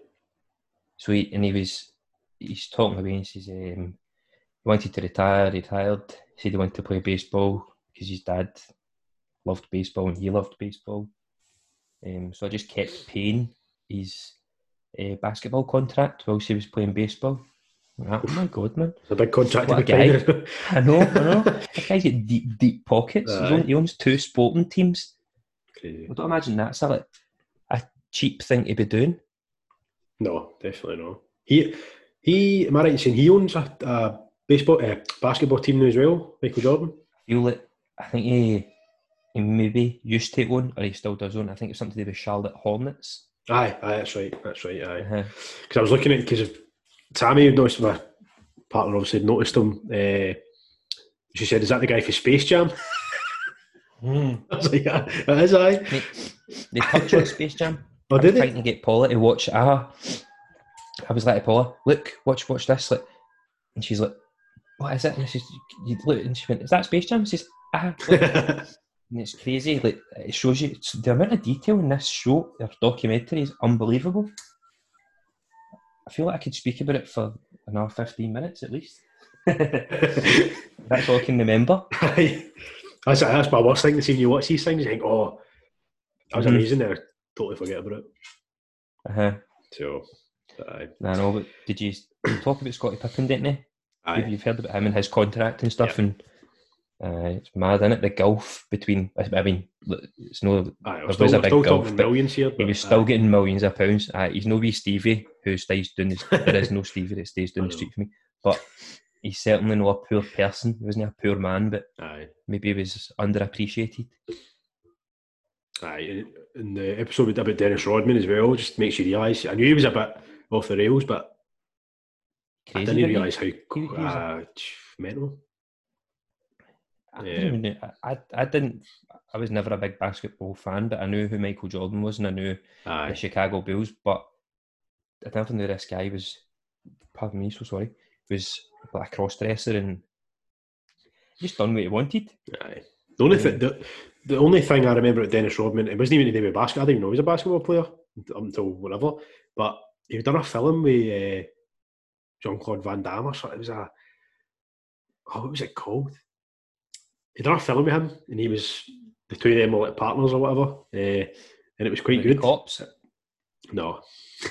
Speaker 2: So he and he was he's talking away and says um, he wanted to retire, retired. He said he wanted to play baseball because his dad loved baseball and he loved baseball. Um, so I just kept paying his uh, basketball contract whilst he was playing baseball. I'm like, oh my god, man!
Speaker 1: It's a big contract to
Speaker 2: What
Speaker 1: be
Speaker 2: a guy.
Speaker 1: paying.
Speaker 2: I know, I know. That guy's got deep, deep pockets. He's
Speaker 1: Aye.
Speaker 2: own, he owns two sporting teams.
Speaker 1: Crazy.
Speaker 2: I don't imagine that's a, like, a cheap thing to be doing.
Speaker 1: No, definitely no. He, he. Am I right in saying he owns a, a baseball, uh, basketball team now as well? Michael Jordan.
Speaker 2: feel it. I think he, he maybe used to own, or he still does own. I think it's something to do with Charlotte Hornets.
Speaker 1: Aye, aye, that's right, that's right, aye.
Speaker 2: Uh-huh.
Speaker 1: Because I was looking at because Tammy, who noticed my partner, obviously had noticed him. Uh, she said, "Is that the guy for Space Jam?" I was like, "Yeah, that is aye."
Speaker 2: They, they touch on Space Jam.
Speaker 1: Oh,
Speaker 2: I was
Speaker 1: did
Speaker 2: trying
Speaker 1: it?
Speaker 2: to get Paula to watch. Ah, I was like, Paula, look, watch, watch this. Like, and she's like, what is it? And she's, you look, and she went, is that Space Jam? She says, ah, look." and it's crazy. Like, it shows you it's- the amount of detail in this show, their documentary is unbelievable. I feel like I could speak about it for another fifteen minutes at least. That's all I can remember.
Speaker 1: Aye. that's that's my worst thing to see when you watch these things. You think, "Oh, that was
Speaker 2: Mhm.
Speaker 1: amazing." There, totally forget about it.
Speaker 2: Uh-huh.
Speaker 1: So, aye,
Speaker 2: I know, but did you, you talk about Scotty Pippen, didn't you? You've,
Speaker 1: aye,
Speaker 2: you've heard about him and his contract and stuff, and uh, it's mad, isn't it? The gulf between, I I mean, look, it's no,
Speaker 1: aye. We're
Speaker 2: was
Speaker 1: still,
Speaker 2: a
Speaker 1: we're
Speaker 2: big
Speaker 1: still
Speaker 2: gulf,
Speaker 1: talking
Speaker 2: but
Speaker 1: millions here. But
Speaker 2: he was
Speaker 1: aye.
Speaker 2: still getting millions of pounds. Uh, he's no wee Stevie who stays down the, there is no Stevie that stays down
Speaker 1: I
Speaker 2: the
Speaker 1: know.
Speaker 2: street for me, but he's certainly not a poor person. He wasn't a poor man, but
Speaker 1: aye.
Speaker 2: maybe he was underappreciated.
Speaker 1: Aye, in the episode we did about Dennis Rodman as well, just makes you realise. I knew he was a bit off the rails, but
Speaker 2: Crazy,
Speaker 1: I
Speaker 2: wasn't
Speaker 1: didn't Ah,
Speaker 2: he?
Speaker 1: realise how
Speaker 2: he was
Speaker 1: uh, mental.
Speaker 2: I,
Speaker 1: Yeah.
Speaker 2: didn't even know, I, I- I didn't. I was never a big basketball fan, but I knew who Michael Jordan was, and I knew the
Speaker 1: Aye.
Speaker 2: Chicago Bulls. But I never knew this guy was. Pardon me, so sorry. Was like a cross dresser and just done what he wanted.
Speaker 1: Aye. The only thing, the, the only thing I remember at Dennis Rodman, it wasn't even to do with basketball. I didn't even know he was a basketball player unt- until whatever. But he had done a film with uh, Jean Claude Van Damme or something. It was a oh, what was it called? He done a film with him, and he was the two of them were like partners or whatever, uh, and it was quite
Speaker 2: Like
Speaker 1: good.
Speaker 2: Cops?
Speaker 1: No,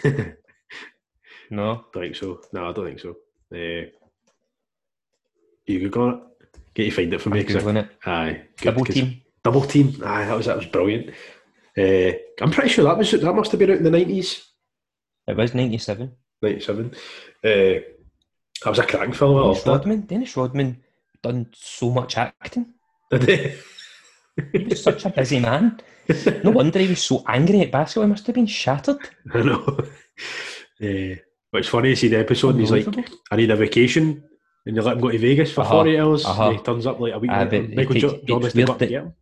Speaker 1: don't
Speaker 2: No.
Speaker 1: think so. No, I don't think so. Uh, you googling it? Get you find it for
Speaker 2: I'm
Speaker 1: me. 'cause I-
Speaker 2: googling it.
Speaker 1: Aye, good,
Speaker 2: Double
Speaker 1: 'cause-
Speaker 2: team.
Speaker 1: Double team. Aye, that was that was brilliant. Uh, I'm pretty sure that was that must have been out in the nineties,
Speaker 2: It was ninety-seven.
Speaker 1: ninety seven. Uh, that was a cracking film. I loved
Speaker 2: Dennis
Speaker 1: that.
Speaker 2: Rodman. Dennis Rodman done so much acting.
Speaker 1: Did
Speaker 2: He was such a busy man. No wonder he was so angry at basketball. He must have been shattered.
Speaker 1: he? I know. Uh, but it's funny to see the episode. And he's like,
Speaker 2: Unbelievable.
Speaker 1: "I need a vacation," and they let him go to Vegas for
Speaker 2: Uh-huh,
Speaker 1: forty hours.
Speaker 2: uh-huh.
Speaker 1: And he turns up like a week
Speaker 2: Aye,
Speaker 1: later.
Speaker 2: but
Speaker 1: Michael
Speaker 2: it-
Speaker 1: jo-
Speaker 2: it-
Speaker 1: Jordan
Speaker 2: it's
Speaker 1: has to go
Speaker 2: weird
Speaker 1: up and
Speaker 2: that-
Speaker 1: get him.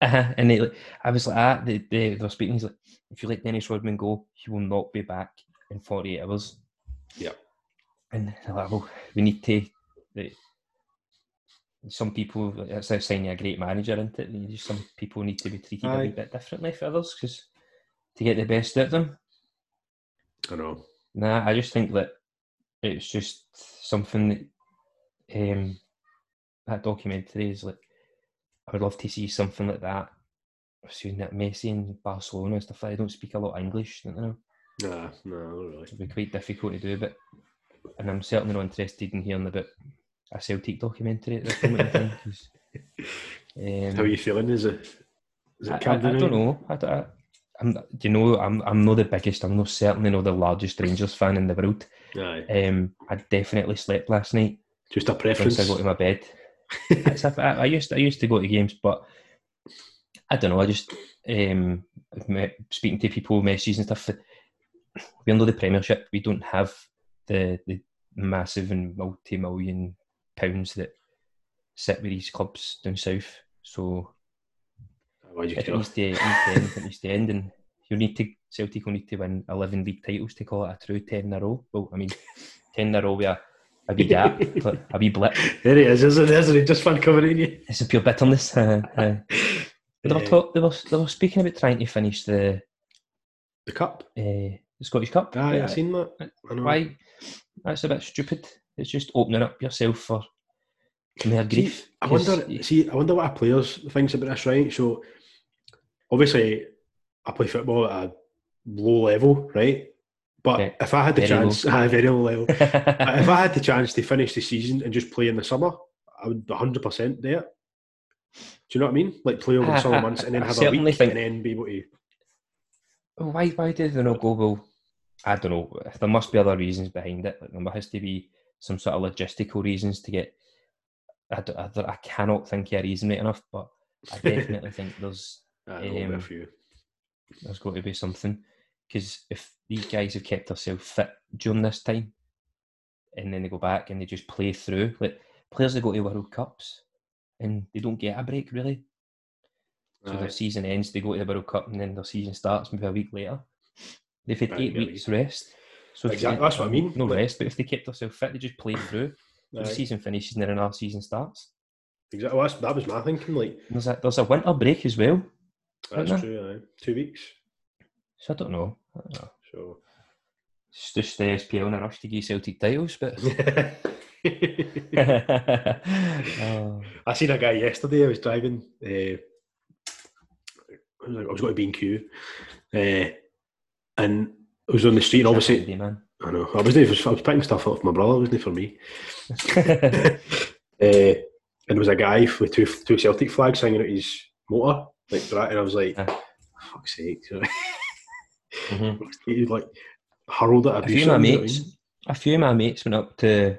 Speaker 2: Uh-huh. And they, like, I was like, ah, they, they, they were speaking. He's like, if you let Dennis Rodman go, he will not be back in 48 hours.
Speaker 1: Yep.
Speaker 2: And they're like, well, we need to. They, some people, that's a sign you're a great manager, isn't it? You just- some people need to be treated a
Speaker 1: Aye.
Speaker 2: wee bit differently for others 'cause to get the best out of them.
Speaker 1: I know.
Speaker 2: Nah, I just think that it's just something that um, that documentary is like. I would love to see something like that. I've seen that Messi in Barcelona and stuff. Like that. I don't speak a lot of English. You know,
Speaker 1: Nah, no, not really.
Speaker 2: it'd be quite difficult to do. But and I'm certainly not interested in hearing about a Celtic documentary at this moment. in time, 'cause, um,
Speaker 1: How are you feeling? Is it? Is it
Speaker 2: I, I- I
Speaker 1: Camden
Speaker 2: don't
Speaker 1: United?
Speaker 2: know. I, don't- I, I'm, do you know, I'm I'm not the biggest. I'm not certainly not the largest Rangers fan in the world.
Speaker 1: Aye,
Speaker 2: Um, I definitely slept last night
Speaker 1: just a
Speaker 2: once
Speaker 1: preference.
Speaker 2: I got to my bed. That's if- I, I used I used to go to games, but I don't know. I just um, me- speaking to people, messages and stuff. We're under the Premiership. We don't have the the massive and multi million pounds that sit with these clubs down south. So
Speaker 1: Why'd you
Speaker 2: if it
Speaker 1: kill?
Speaker 2: needs to, it needs to end, it needs to end, and you need to Celtic will need to win eleven league titles to call it a true ten in a row. Well, I mean, ten in a row with a, a wee gap, a wee blip.
Speaker 1: There he is, isn't, isn't he? Just fun coming in you.
Speaker 2: It's a pure bitterness. Uh, uh, they, were
Speaker 1: Uh,
Speaker 2: talk, they, were, they were speaking about trying to finish the, uh,
Speaker 1: The cup.
Speaker 2: the Scottish Cup.
Speaker 1: Aye,
Speaker 2: Yeah.
Speaker 1: I've seen that. I know.
Speaker 2: Why? That's a bit stupid. It's just opening up yourself for mere grief.
Speaker 1: See, I
Speaker 2: 'cause
Speaker 1: wonder.
Speaker 2: you-
Speaker 1: See, I wonder what our players thinks about this, right? So, obviously, I play football at a low level, right? But
Speaker 2: Yeah,
Speaker 1: if I had the
Speaker 2: very low.
Speaker 1: chance, I very low level. But if I had the chance to finish the season and just play in the summer, I would 100 percent do it. Do you know what I mean? Like play over
Speaker 2: I-
Speaker 1: the summer
Speaker 2: I-
Speaker 1: months and then
Speaker 2: I
Speaker 1: have a
Speaker 2: certainly
Speaker 1: week
Speaker 2: think-
Speaker 1: and then be able to.
Speaker 2: why, why did they not go, well, I don't know. There must be other reasons behind it. Like, there has to be some sort of logistical reasons to get. I, don't- I, don't- I cannot think of a reason right enough, but I definitely think there's
Speaker 1: I know
Speaker 2: Um,
Speaker 1: a few.
Speaker 2: there's got to be something because if these guys have kept themselves fit during this time and then they go back and they just play through like players that go to world cups and they don't get a break really so their
Speaker 1: Aye.
Speaker 2: season ends they go to the world cup and then their season starts maybe a week later they've had
Speaker 1: Right,
Speaker 2: eight
Speaker 1: nearly.
Speaker 2: weeks rest so if they
Speaker 1: Exactly,
Speaker 2: get-
Speaker 1: that's what I mean,
Speaker 2: no
Speaker 1: like-
Speaker 2: rest but if they kept themselves fit they just play through the
Speaker 1: Aye.
Speaker 2: season finishes and then another season starts
Speaker 1: Exactly. Well, that's, that was my thinking. Like
Speaker 2: And there's a, there's a winter break as well
Speaker 1: that's
Speaker 2: Dunno.
Speaker 1: true. Aye. Two weeks.
Speaker 2: so I don't know I don't know.
Speaker 1: So.
Speaker 2: it's just the SPL in a rush to get Celtic titles but
Speaker 1: I
Speaker 2: oh,
Speaker 1: seen a guy yesterday. I was driving. Uh, I was like- I was going to B and Q, uh, and I was on the street. And obviously,
Speaker 2: Saturday, man.
Speaker 1: I know I wasn't. I was picking stuff up for my brother. Wasn't it for me? Uh, and there was a guy with two two Celtic flags hanging out his motor, like that. And I was like,
Speaker 2: Ah.
Speaker 1: "Fuck's sake!"
Speaker 2: Mhm.
Speaker 1: he like hurled at
Speaker 2: A
Speaker 1: abuse.
Speaker 2: few of
Speaker 1: at
Speaker 2: my
Speaker 1: him, you know
Speaker 2: mates, a few of my mates went up to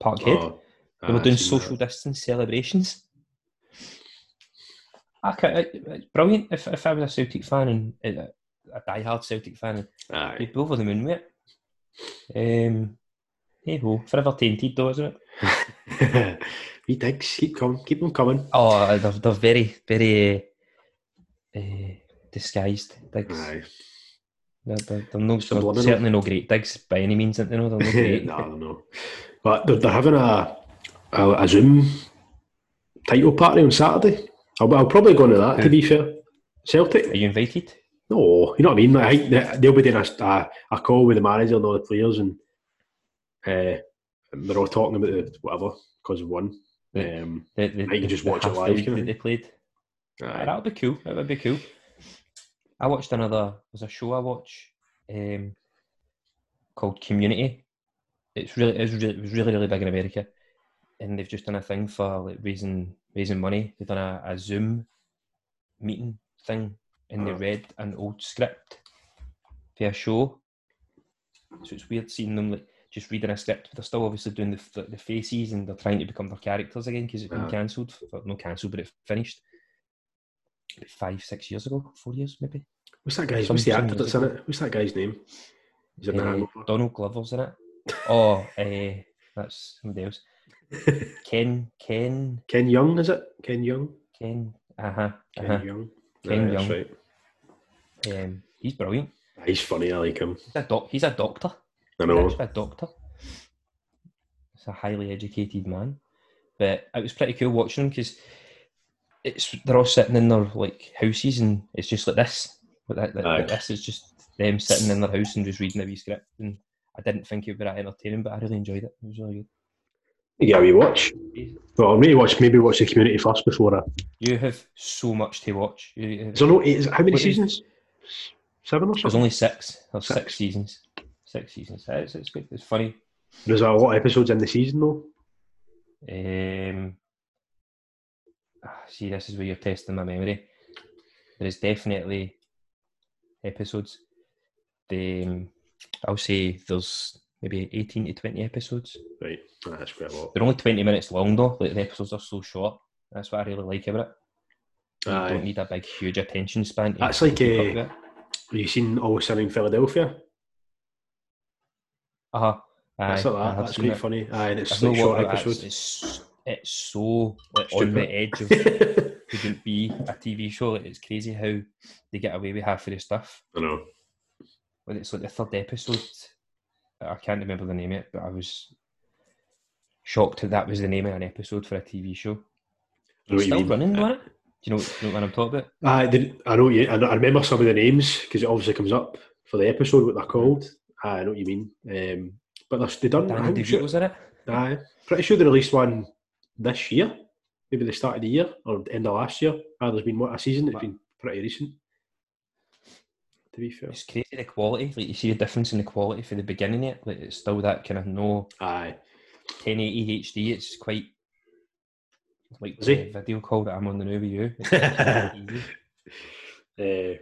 Speaker 1: what I mean?
Speaker 2: Parkhead.
Speaker 1: Oh,
Speaker 2: they
Speaker 1: aye,
Speaker 2: were
Speaker 1: I
Speaker 2: doing
Speaker 1: seen that.
Speaker 2: social distance celebrations. I ca- I- it's brilliant. eh, If, if I was a Celtic fan and uh, a diehard Celtic fan,
Speaker 1: Aye.
Speaker 2: I'd be Ehm, over the moon with it. Um, hey ho, forever tainted though, isn't it?
Speaker 1: Wee digs, keep coming, keep them coming.
Speaker 2: Oh, they're, they're very, very uh, disguised digs.
Speaker 1: Aye,
Speaker 2: They're, they're, they're no, they're
Speaker 1: Subliminal.
Speaker 2: certainly no great digs by any means. You know, they're no great.
Speaker 1: no, I don't know. But they're, they're having a, a a Zoom title party on Saturday. I'll, I'll probably go into that. To be fair, Celtic.
Speaker 2: Are you invited?
Speaker 1: No, you know what I mean. Like, I think that they'll be doing a, a, a call with the manager and all the players, and uh, and they're all talking about the whatever because of one.
Speaker 2: Yeah.
Speaker 1: Um,
Speaker 2: The, the,
Speaker 1: I can just watch it
Speaker 2: half the
Speaker 1: live,
Speaker 2: league
Speaker 1: can't
Speaker 2: that
Speaker 1: I?
Speaker 2: They played.
Speaker 1: aye.
Speaker 2: That'll be cool. That would be cool. I watched another. There's a show I watch um, called Community. It's really, it's really, it was really, really big in America, and they've just done a thing for like raising raising money. They've done a, a Zoom meeting thing, and they
Speaker 1: Uh-huh.
Speaker 2: read an old script for a show. So it's weird seeing them like just reading a script, but they're still obviously doing the f- the faces, and they're trying to become their characters again because it's been
Speaker 1: Uh-huh.
Speaker 2: cancelled. Well, not cancelled, but it finished five, six years ago, four years maybe.
Speaker 1: What's that guy's? What's the
Speaker 2: Some-
Speaker 1: actor
Speaker 2: some
Speaker 1: that's in it? What's that guy's name? Is it
Speaker 2: Uh,
Speaker 1: uh,
Speaker 2: Donald Glover's in it. Oh, uh, that's somebody else. Ken, Ken,
Speaker 1: Ken Young? Is it Ken Young?
Speaker 2: Ken. Uh huh.
Speaker 1: Ken
Speaker 2: Uh-huh.
Speaker 1: Young.
Speaker 2: Ken
Speaker 1: Aye, that's
Speaker 2: Young.
Speaker 1: right.
Speaker 2: Um, he's brilliant.
Speaker 1: Aye, He's funny. I like him.
Speaker 2: He's a doc. He's a doctor.
Speaker 1: I
Speaker 2: He's
Speaker 1: know.
Speaker 2: actually a doctor. He's a highly educated man, but it was pretty cool watching him because it's they're all sitting in their like houses and it's just like this. But that, that-
Speaker 1: Aye.
Speaker 2: this is just them sitting in their house and just reading a wee script. And I didn't think it would be that entertaining, but I really enjoyed it. It was really good.
Speaker 1: Yeah, we watch. Well, maybe watch. Maybe watch the community first before I.
Speaker 2: You have so much to watch. You have,
Speaker 1: Is there no eight? Is, how many
Speaker 2: What is-
Speaker 1: seasons? Seven or
Speaker 2: there's
Speaker 1: something.
Speaker 2: only six. There's six,
Speaker 1: Six.
Speaker 2: seasons. Six seasons. It's, it's good. It's funny.
Speaker 1: There's a lot of episodes in the season though.
Speaker 2: Um, ah, see, this is where you're testing my memory. There is definitely episodes. The um, I'll say there's maybe 18 to 20 episodes.
Speaker 1: Right. Ah, that's quite a lot.
Speaker 2: They're only 20 minutes long though. Like the episodes are so short. That's what I really like about it. You
Speaker 1: Aye.
Speaker 2: don't need a big, huge attention span. to
Speaker 1: That's like eh,
Speaker 2: keep up
Speaker 1: a-
Speaker 2: with it.
Speaker 1: Have you seen All Sin in Philadelphia?
Speaker 2: Uh-huh. Aye,
Speaker 1: That's like
Speaker 2: I
Speaker 1: that.
Speaker 2: have
Speaker 1: That's
Speaker 2: seen
Speaker 1: quite
Speaker 2: it.
Speaker 1: funny. Aye, and it's
Speaker 2: I've not
Speaker 1: like short
Speaker 2: watched it,
Speaker 1: episodes.
Speaker 2: It's, it's, it's so like, on
Speaker 1: Stupid.
Speaker 2: the edge of
Speaker 1: I
Speaker 2: couldn't be a TV show. Like, it's crazy how they get away with half of the stuff.
Speaker 1: know.
Speaker 2: But it's like the third episode. I can't remember the name of it, but I was shocked that that was the name of an episode for a TV show.
Speaker 1: I know what you
Speaker 2: It's still
Speaker 1: mean. Uh,
Speaker 2: running, wasn't it? Do you know, do you know what I'm talking about?
Speaker 1: Aye, the- I know. what You, I, know- I remember some of the names because it obviously comes up for the episode what they're called. Aye, I know what you mean. Um, but they're- they done.
Speaker 2: Danny
Speaker 1: I'm sure,
Speaker 2: DeVito's in it.
Speaker 1: aye, pretty sure they released one this year, maybe the start of the year or the end of last year. Ah, there's been what a season. It's been pretty recent. To be fair,
Speaker 2: It's crazy the quality. Like you see the difference in the quality for the beginning yet. Like it's still that kind of no
Speaker 1: aye.
Speaker 2: 1080 HD. It's quite like
Speaker 1: Is he?
Speaker 2: the video call that I'm on the new with you. It's quite easy.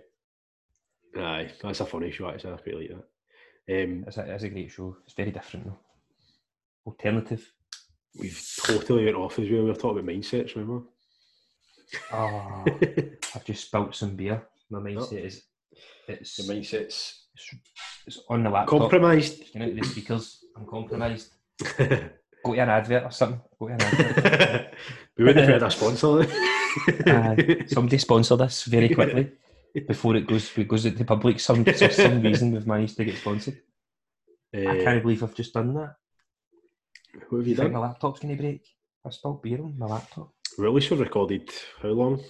Speaker 1: Uh, aye, that's a funny show. Actually, I quite like that. Um,
Speaker 2: It's a, it's a great show. It's very different though. Alternative.
Speaker 1: we've totally went off as well. We were talking about mindsets, remember?
Speaker 2: Ah, I've just spilt some beer. My mindset
Speaker 1: Oh.
Speaker 2: is it's,
Speaker 1: The mindsets
Speaker 2: it's it's on the laptop.
Speaker 1: compromised.
Speaker 2: you know, the speakers. I'm compromised.
Speaker 1: we
Speaker 2: Go to an advert or something. Go to an advert.
Speaker 1: wouldn't have had a sponsor.
Speaker 2: Aye. Uh, somebody sponsor this very quickly before it goes it goes into public. Some for some reason we've managed to get sponsored. I
Speaker 1: uh,
Speaker 2: can't believe I've just done that.
Speaker 1: what have
Speaker 2: Do
Speaker 1: you
Speaker 2: you
Speaker 1: done?
Speaker 2: think my laptop's going to break? I spilled beer on my laptop.
Speaker 1: We at least have recorded how long?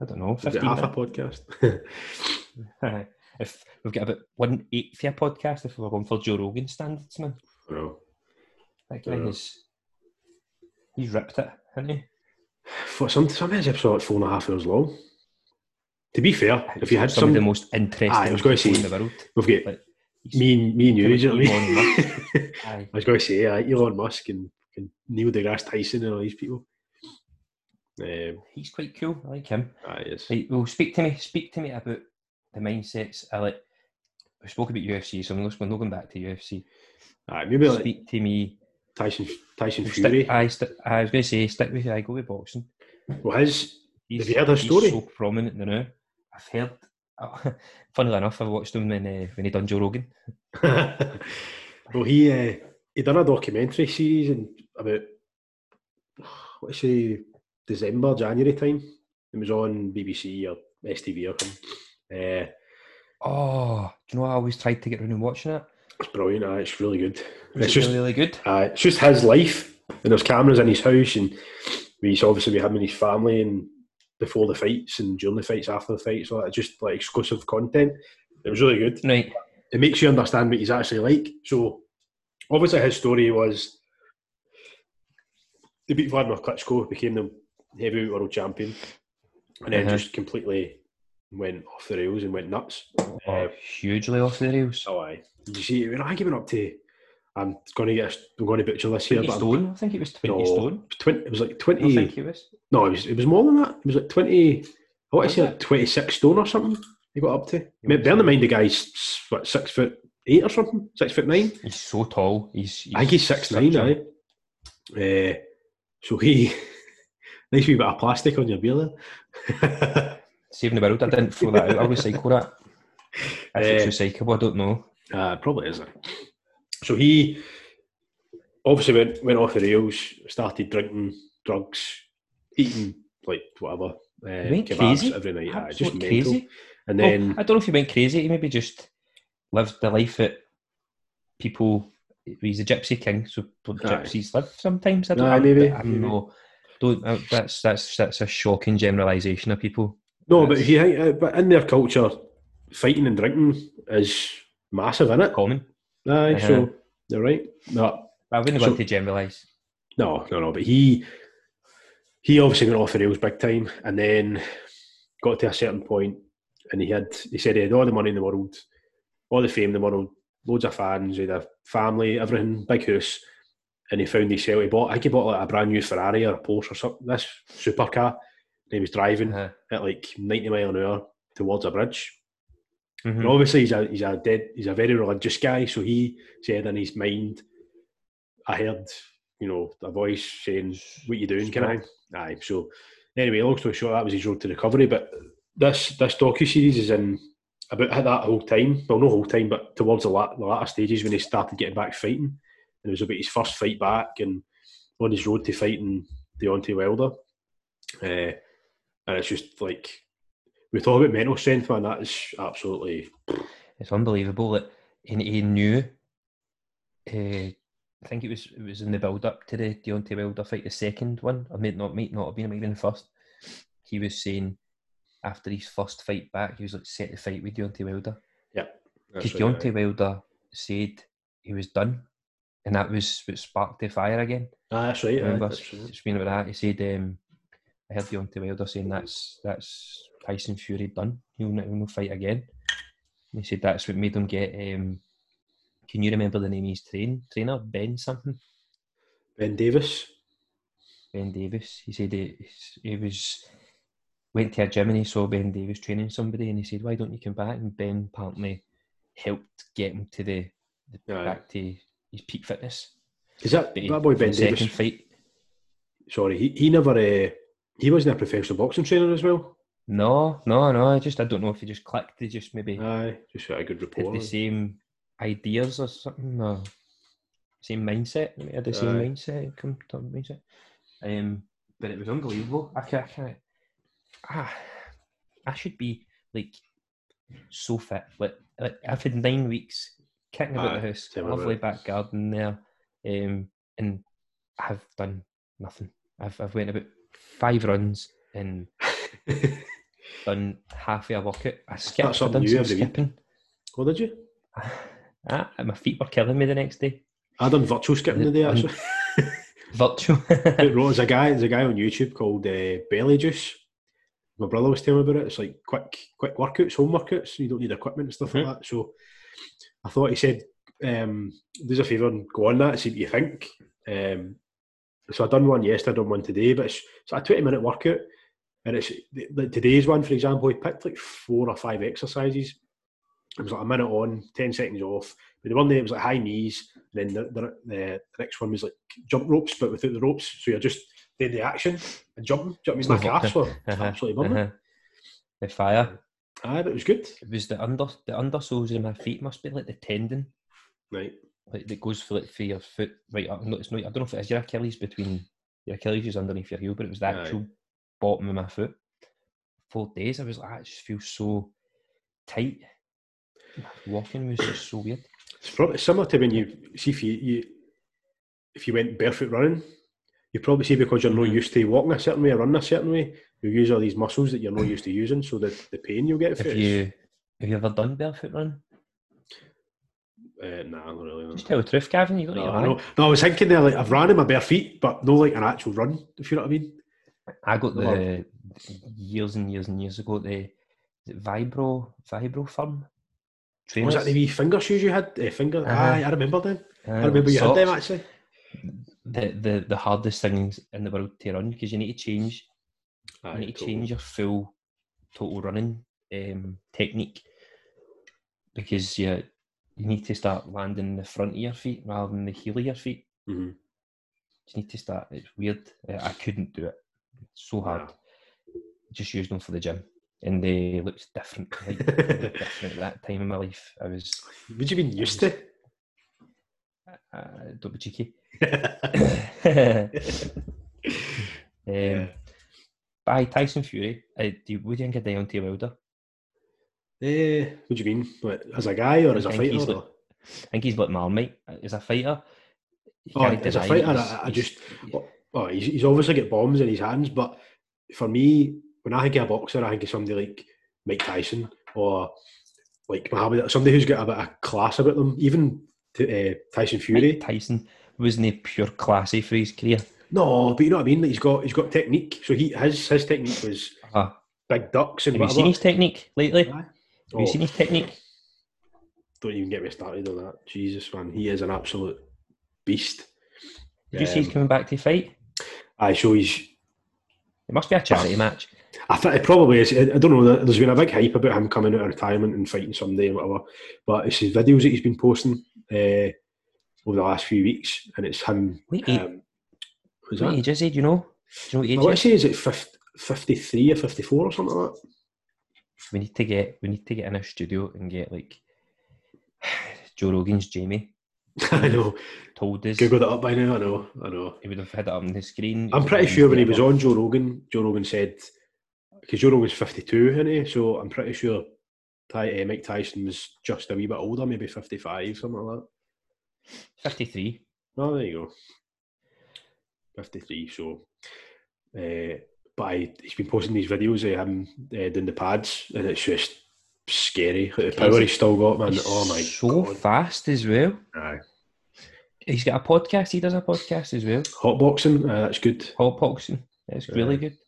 Speaker 2: I don't know.
Speaker 1: Is it
Speaker 2: 15
Speaker 1: half a
Speaker 2: minutes.
Speaker 1: podcast?
Speaker 2: Aye. if we've got about one eighth of a podcast, if we're going for Joe Rogan standards, man,
Speaker 1: no.
Speaker 2: that guy
Speaker 1: Yeah.
Speaker 2: is he's ripped it, hasn't he?
Speaker 1: For some, sometimes episodes four and a half hours long. To be fair, if you had
Speaker 2: some, of the
Speaker 1: some,
Speaker 2: most interesting
Speaker 1: Aye, I was gonna
Speaker 2: people
Speaker 1: say-
Speaker 2: in the world,
Speaker 1: we've got
Speaker 2: like, he's-
Speaker 1: me and me and you.
Speaker 2: Like
Speaker 1: do you know
Speaker 2: Elon
Speaker 1: what I mean?
Speaker 2: Aye.
Speaker 1: I was going to say uh, Elon Musk and, and Neil deGrasse Tyson and all these people. Um,
Speaker 2: he's quite cool. I like him.
Speaker 1: aye, it's-
Speaker 2: Right, well, speak to me. Speak to me about the mindsets. I like. We spoke about UFC, so I'm not, we're not going back to UFC.
Speaker 1: aye, maybe like
Speaker 2: Speak to me.
Speaker 1: Tyson Tyson Fury.
Speaker 2: Stick, I, st- I was going to say, stick with you. I go with boxing.
Speaker 1: Well, his
Speaker 2: He's,
Speaker 1: Have you heard his story?
Speaker 2: He's so prominent now. I've heard. funnily enough, I watched him when uh, when he done Joe Rogan.
Speaker 1: eh, well, he uh, he done a documentary series and about what is it, December, January time. It was on BBC or STV or something. Uh,
Speaker 2: Oh, do you know what? I always tried to get around and watching it.
Speaker 1: it's brilliant. aye, it's really good.
Speaker 2: It's,
Speaker 1: It's just
Speaker 2: really, really good.
Speaker 1: Uh, it's just his life, and there's cameras in his house, and he's obviously with him and his family, and before the fights, and during the fights, after the fights, all that. Just like exclusive content. It was really good.
Speaker 2: Right.
Speaker 1: It makes you understand what he's actually like. So, obviously, his story was he beat Vladimir Klitschko, became the heavyweight world champion, and then
Speaker 2: Uh-huh.
Speaker 1: just completely went off the rails and went nuts.
Speaker 2: Oh, hugely off the rails.
Speaker 1: Oh, aye. Did you see? I'm giving up to. I'm going to get. I'm going to butcher this here,
Speaker 2: Twenty
Speaker 1: but I'm
Speaker 2: stone. I think it was twenty
Speaker 1: No.
Speaker 2: stone.
Speaker 1: 20, it was like
Speaker 2: I don't
Speaker 1: 20
Speaker 2: think it was.
Speaker 1: no it was, it was more than that it was like 20 I want to
Speaker 2: Was
Speaker 1: say
Speaker 2: it?
Speaker 1: like 26 stone or something he got up to
Speaker 2: Yeah,
Speaker 1: bear in
Speaker 2: so-
Speaker 1: mind the guy's s- what six foot eight or something six foot nine
Speaker 2: He's so tall. He's. he's
Speaker 1: I think he's six nine
Speaker 2: such a-
Speaker 1: aye. Eh, so he nice wee bit of plastic on your beer there
Speaker 2: Saving the world. I didn't throw that out. I was psycho that. If
Speaker 1: Eh.
Speaker 2: it's recyclable, I don't know.
Speaker 1: Uh, probably isn't. So he obviously went, went off the rails, started drinking, drugs, eating like whatever, uh,
Speaker 2: went
Speaker 1: kebabs
Speaker 2: crazy?
Speaker 1: every night. aye, just
Speaker 2: Absolute
Speaker 1: mental.
Speaker 2: crazy.
Speaker 1: And
Speaker 2: Well,
Speaker 1: then
Speaker 2: Oh, I don't know if he went crazy. He maybe just lived the life that people. He's a gypsy king, so
Speaker 1: Aye.
Speaker 2: gypsies live sometimes. I don't
Speaker 1: Aye,
Speaker 2: know.
Speaker 1: maybe,
Speaker 2: I
Speaker 1: maybe.
Speaker 2: know. Don't, uh, that's that's that's a shocking generalisation of people.
Speaker 1: no, but if you think, uh, but in their culture, fighting and drinking is massive, isn't it?
Speaker 2: Common.
Speaker 1: Aye,
Speaker 2: Uh-huh.
Speaker 1: so you're right. But
Speaker 2: I wouldn't
Speaker 1: So-
Speaker 2: want to generalise.
Speaker 1: No, no, no. But he he obviously went off the rails big time, and then got to a certain point, and he had he said he had all the money in the world, all the fame in the world, loads of fans, he had a family, everything, big house, and he found himself. He bought I think he bought like a brand new Ferrari or a Porsche or something. This supercar, and he was driving
Speaker 2: Uh-huh.
Speaker 1: at like ninety mile an hour towards a bridge.
Speaker 2: Mhm.
Speaker 1: And obviously, he's a he's a dead he's a very religious guy. So he said in his mind, I heard you know a voice saying, "What you doing?" Kind of thing. Aye. So anyway, long story short, that was his road to recovery. But this this docu series is in about that whole time. Well, no whole time, but towards the, la- the latter stages when he started getting back fighting, and it was about his first fight back and on his road to fighting Deontay Wilder. Uh, and it's just like we talk about mental strength, man. That is absolutely
Speaker 2: It's unbelievable that he, he knew. Uh, I think it was it was in the build up to the Deontay Wilder fight, the second one. I might not might not have been, it might have been the first. He was saying after his first fight back, he was like set to fight with Deontay Wilder because Deontay Wilder said he was done, and that was what sparked the fire again.
Speaker 1: Ah, that's right. aye,
Speaker 2: remember
Speaker 1: that's right.
Speaker 2: speaking about that, he said, um, "I heard Deontay Wilder saying that's that's Tyson Fury done. He'll not, he'll not fight again." And he said that's what made him get. Um, can you remember the name of his train trainer Ben something
Speaker 1: Ben Davis.
Speaker 2: Ben Davis? He said he, he was went to a gym and he saw Ben Davis training somebody, and he said, "Why don't you come back?" And Ben apparently helped get him to the
Speaker 1: Aye.
Speaker 2: back to his peak fitness.
Speaker 1: Is that
Speaker 2: But he-
Speaker 1: that boy
Speaker 2: in
Speaker 1: Ben
Speaker 2: the second
Speaker 1: Davis?
Speaker 2: fight.
Speaker 1: Sorry, he, he never uh, he wasn't a professional boxing trainer as well.
Speaker 2: No, no, no. I just I don't know if he just clicked. He just maybe.
Speaker 1: Aye, just got a good
Speaker 2: had
Speaker 1: rapport.
Speaker 2: the same ideas or something, or same mindset. They had the same
Speaker 1: Aye.
Speaker 2: mindset, income term mindset. Um, but it was unbelievable. I can't, I can't. Ah, I should be like so fit. Like, like I've had nine weeks kicking about
Speaker 1: Aye,
Speaker 2: the house,
Speaker 1: tell me about
Speaker 2: lovely
Speaker 1: it.
Speaker 2: back garden there, um, and I've done nothing. I've I've went about five runs and done half of a workout. I skipped. I've
Speaker 1: something
Speaker 2: done
Speaker 1: new
Speaker 2: some
Speaker 1: every week.
Speaker 2: skipping.
Speaker 1: What Oh, did you?
Speaker 2: Ah, my feet were killing me the next day.
Speaker 1: I done virtual skipping today
Speaker 2: Um,
Speaker 1: actually.
Speaker 2: Virtual.
Speaker 1: It wrote- There's a guy there's a guy on YouTube called uh, Belly Juice. My brother was telling me about it. It's like quick quick workouts, home workouts. You don't need equipment and stuff like that. So I thought he said, um, "Do us a favour and go on that. See what you think." Um, so I done one yesterday, I done one today, but it's, it's a twenty minute workout, and it's like today's one, for example. He picked like four or five exercises. It was like a minute on, ten seconds off. But the one there was like high knees, and then the, the, the next one was like jump ropes, but without the ropes. So you're just doing the action and jumping. Do you know what I mean? My calves were
Speaker 2: Uh-huh,
Speaker 1: absolutely burning.
Speaker 2: uh-huh. the fire.
Speaker 1: Aye, but it was good.
Speaker 2: It was the under the undersoles of my feet must be like the tendon,
Speaker 1: Right.
Speaker 2: like that goes for like for your foot right up. No, it's not. I don't know if it's your Achilles between your Achilles is underneath your heel, but it was the
Speaker 1: Aye.
Speaker 2: actual bottom of my foot. Four days, I was like, "Ah, it just feels so tight. Walking was just so weird.
Speaker 1: It's probably similar to when you see if you, you if you went barefoot running, you probably see because you're not
Speaker 2: Mhm.
Speaker 1: used to walking a certain way or running a certain way, you use all these muscles that you're not used to using. So the, the pain you'll get.
Speaker 2: Have you have you ever done barefoot run?
Speaker 1: Uh, nah, not really. no.
Speaker 2: Just tell the truth, Gavin. You don't need
Speaker 1: No,
Speaker 2: to
Speaker 1: I
Speaker 2: lie.
Speaker 1: know. No, I was thinking there like I've ran in my bare feet, but no like an actual run. If you know what I mean.
Speaker 2: I got
Speaker 1: Well-
Speaker 2: the years and years and years ago the, the Vibro Vibro firm.
Speaker 1: Was that the wee finger shoes you had? Uh, finger.
Speaker 2: Uh-huh.
Speaker 1: Aye, I remember them.
Speaker 2: Uh,
Speaker 1: I remember you
Speaker 2: socks.
Speaker 1: had them actually.
Speaker 2: The, the the hardest things in the world to run because you need to change you need to change your full total running um, technique because you you need to start landing the front of your feet rather than the heel of your feet.
Speaker 1: hmm
Speaker 2: You need to start. It's weird. Uh, I couldn't do it. It's so hard. Just used them for the gym, and they looked different. Like, they looked different at that time in my life. I was
Speaker 1: Would you been used to?
Speaker 2: uh, don't be cheeky. um,
Speaker 1: Yeah.
Speaker 2: by Tyson Fury, uh, do you, would you think of Deontay Wilder?
Speaker 1: Eh, what do you mean? Like, as a guy or as a
Speaker 2: I think
Speaker 1: fighter?
Speaker 2: he's
Speaker 1: or-
Speaker 2: I think he's like Marmite as a fighter. you
Speaker 1: Oh,
Speaker 2: can't
Speaker 1: as a
Speaker 2: deny
Speaker 1: fighter,
Speaker 2: he's-
Speaker 1: I- I
Speaker 2: he's-
Speaker 1: just- Oh, he's, he's obviously got bombs in his hands, but for me, when I think of a boxer, I think of somebody like Mike Tyson or like Muhammad, somebody who's got a bit of class about them. Even t- uh, Tyson
Speaker 2: Mike
Speaker 1: Fury.
Speaker 2: Tyson wasn't he pure classy for his career?
Speaker 1: No, but you know what I mean. Like, he's got he's got technique. So he his his technique was
Speaker 2: Uh,
Speaker 1: big ducks and
Speaker 2: have you
Speaker 1: whatever.
Speaker 2: seen his technique lately?
Speaker 1: Aye.
Speaker 2: Have
Speaker 1: Oh,
Speaker 2: you seen his technique?
Speaker 1: Don't even get me started on that. Jesus man, he is an absolute beast.
Speaker 2: Did you see he's
Speaker 1: Um,
Speaker 2: coming back to fight?
Speaker 1: Aye, so he's
Speaker 2: It must be a charity match.
Speaker 1: I think it probably is. I I don't know. there- There's been a big hype about him coming out of retirement and fighting someday and whatever. But it's his videos that he's been posting uh, over the last few weeks, and it's him.
Speaker 2: What age,
Speaker 1: Um, who's
Speaker 2: what
Speaker 1: that?
Speaker 2: age is he? Do you know? Do you know
Speaker 1: I
Speaker 2: what
Speaker 1: want
Speaker 2: age
Speaker 1: to
Speaker 2: he is?
Speaker 1: say is it 50, 53 or 54 or something like that.
Speaker 2: We need to get we need to get in a studio and get like Joe Rogan's Jamie
Speaker 1: I know.
Speaker 2: told us
Speaker 1: Google that up by now. I know. I know.
Speaker 2: he would have had it on the screen.
Speaker 1: I'm pretty sure when he was on Joe Rogan, Joe Rogan said because Joe Rogan's 52, isn't he? So I'm pretty sure Ty, uh, Mike Tyson was just a wee bit older, maybe 55, something like that.
Speaker 2: fifty three.
Speaker 1: Oh, there you go. 53, so. Uh, but I, he's been posting these videos of him uh, doing the pads, and it's just scary. Øh, like, The power he's still got, man.
Speaker 2: He's
Speaker 1: Oh, my
Speaker 2: so
Speaker 1: God.
Speaker 2: fast as well.
Speaker 1: Aye.
Speaker 2: He's got a podcast. He does a podcast as well.
Speaker 1: Hot boxing, uh, that's good.
Speaker 2: Hot boxing. That's really
Speaker 1: Aye.
Speaker 2: good.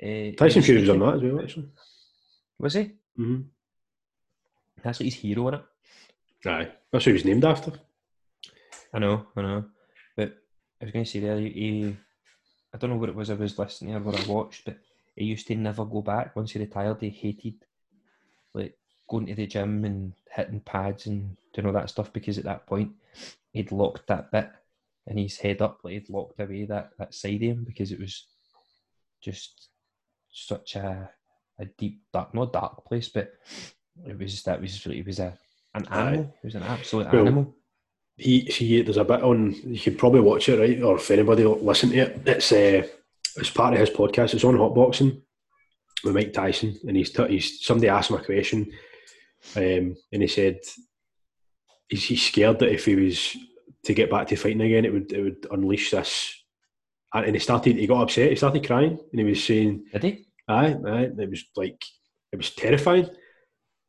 Speaker 2: Uh,
Speaker 1: Tyson Fury was on that as well, actually.
Speaker 2: Was he?
Speaker 1: hmm
Speaker 2: That's like his hero in it.
Speaker 1: Aye. That's who he was named after.
Speaker 2: I know, I know. But I was going to say there, he, he, I don't know what it was I was listening or what I watched, but he used to never go back. Once he retired, he hated like going to the gym and hitting pads and doing all that stuff because at that point he'd locked that bit in his head up, like he'd locked away that, that side of him because it was just such a a deep dark not dark place, but it was just that was it was a an
Speaker 1: Aye.
Speaker 2: animal. It was an absolute
Speaker 1: Well,
Speaker 2: animal.
Speaker 1: he see there's a bit on you can probably watch it right or if anybody will listen to it it's uh, it's part of his podcast it's on hot boxing with Mike Tyson and he's, t- he's somebody asked him a question um, and he said he's, he's scared that if he was to get back to fighting again it would it would unleash this and, and he started he got upset he started crying and he was saying
Speaker 2: Did he?
Speaker 1: aye aye and it was like it was terrifying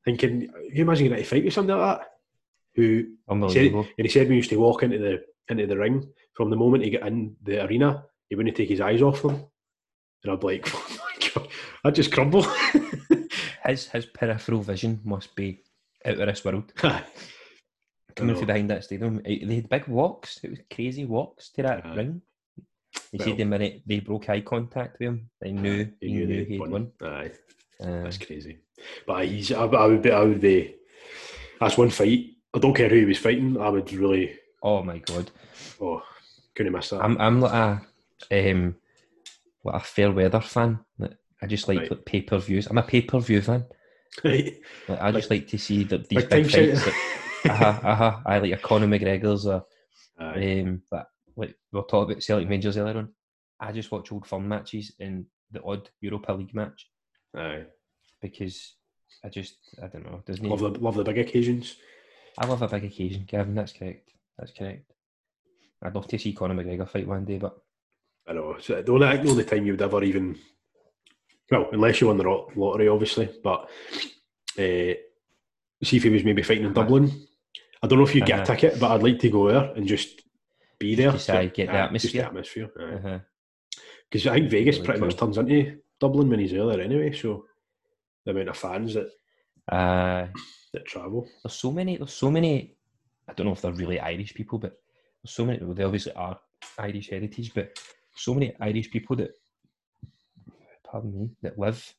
Speaker 1: thinking can you imagine getting to fight with somebody like that who
Speaker 2: Unbelievable.
Speaker 1: And he said when he used to walk into the into the ring, from the moment he got in the arena, he wouldn't take his eyes off them. And I'd be like, oh my God, I'd just crumble.
Speaker 2: His his peripheral vision must be out of this world. Coming
Speaker 1: know.
Speaker 2: through behind that stadium, eh, they had big walks. It was crazy walks to that
Speaker 1: Aye.
Speaker 2: ring. You
Speaker 1: Well-
Speaker 2: see, the minute they broke eye contact with him, they knew he knew,
Speaker 1: they'd
Speaker 2: he had won.
Speaker 1: Aye,
Speaker 2: Uh,
Speaker 1: that's crazy. But he's, I, I would be, I would be, that's one fight. I don't care who he was fighting. I would really,
Speaker 2: oh my god,
Speaker 1: oh, couldn't miss that.
Speaker 2: I'm I'm like a um, like a fair weather fan. Like, I just like,
Speaker 1: Right.
Speaker 2: like pay per views. I'm a pay per view fan.
Speaker 1: Right.
Speaker 2: Like, I just like, to see the, these
Speaker 1: Big
Speaker 2: big,
Speaker 1: time shout-
Speaker 2: fights. That, aha, aha. I like a Conor McGregor's uh, or
Speaker 1: Aye.
Speaker 2: um, that. Like we were talking about Celtic Rangers earlier on. I just watch old firm matches and the odd Europa League match
Speaker 1: Aye.
Speaker 2: because I just I don't know. There's no.
Speaker 1: Love the love the big occasions.
Speaker 2: I love a big occasion, Gavin. That's correct. That's correct. I'd love to see Conor McGregor fight one day, but
Speaker 1: I know. So the only, I think the only time you would ever even, well, unless you won the ro- lottery, obviously. But uh, see if he was maybe fighting in
Speaker 2: Uh-huh.
Speaker 1: Dublin. I don't know if you'd get a
Speaker 2: Uh-huh.
Speaker 1: ticket, but I'd like to go there and just be there.
Speaker 2: decide, get the
Speaker 1: Aye, just
Speaker 2: atmosphere.
Speaker 1: the atmosphere. aye.
Speaker 2: uh-huh.
Speaker 1: Because I think Vegas
Speaker 2: Really
Speaker 1: pretty much
Speaker 2: cool.
Speaker 1: turns into Dublin when he's there anyway. So the amount of fans that,
Speaker 2: uh,
Speaker 1: that travel.
Speaker 2: there's so many. There's so many. I don't know if they're really Irish people, but there's so many. Well, they obviously are Irish heritage, but so many Irish people that, pardon me, that live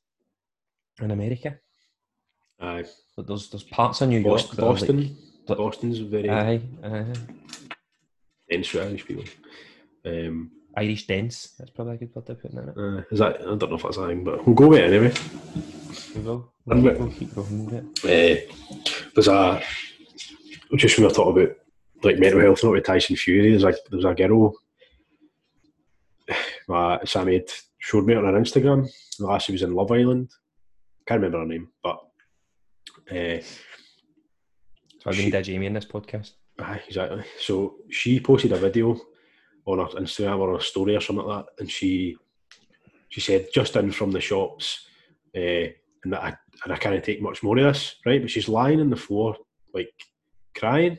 Speaker 2: in America.
Speaker 1: Aye.
Speaker 2: But there's there's parts of New York,
Speaker 1: Boston,
Speaker 2: that are like-
Speaker 1: Boston,
Speaker 2: like-
Speaker 1: Boston's very
Speaker 2: aye, aye,
Speaker 1: dense with Irish people. Um,
Speaker 2: Irish dance. That's probably a good word to put in it.
Speaker 1: uh, is that? I don't know if that's a thing, but we'll go with it anyway.
Speaker 2: We will.
Speaker 1: And
Speaker 2: We'll,
Speaker 1: the-
Speaker 2: we'll keep going with it.
Speaker 1: Uh, there's a just when I thought about like mental health, not with Tyson Fury. There's like there's a girl, my Sammy had showed me on her Instagram. The last she was in Love Island. Can't remember her name, but uh,
Speaker 2: So we
Speaker 1: She-
Speaker 2: need a Jamie in this podcast.
Speaker 1: aye, exactly. So she posted a video on her Instagram or a story or something like that, and she she said just in from the shops, uh, and that I and I can't take much more of this, right? But she's lying on the floor like crying.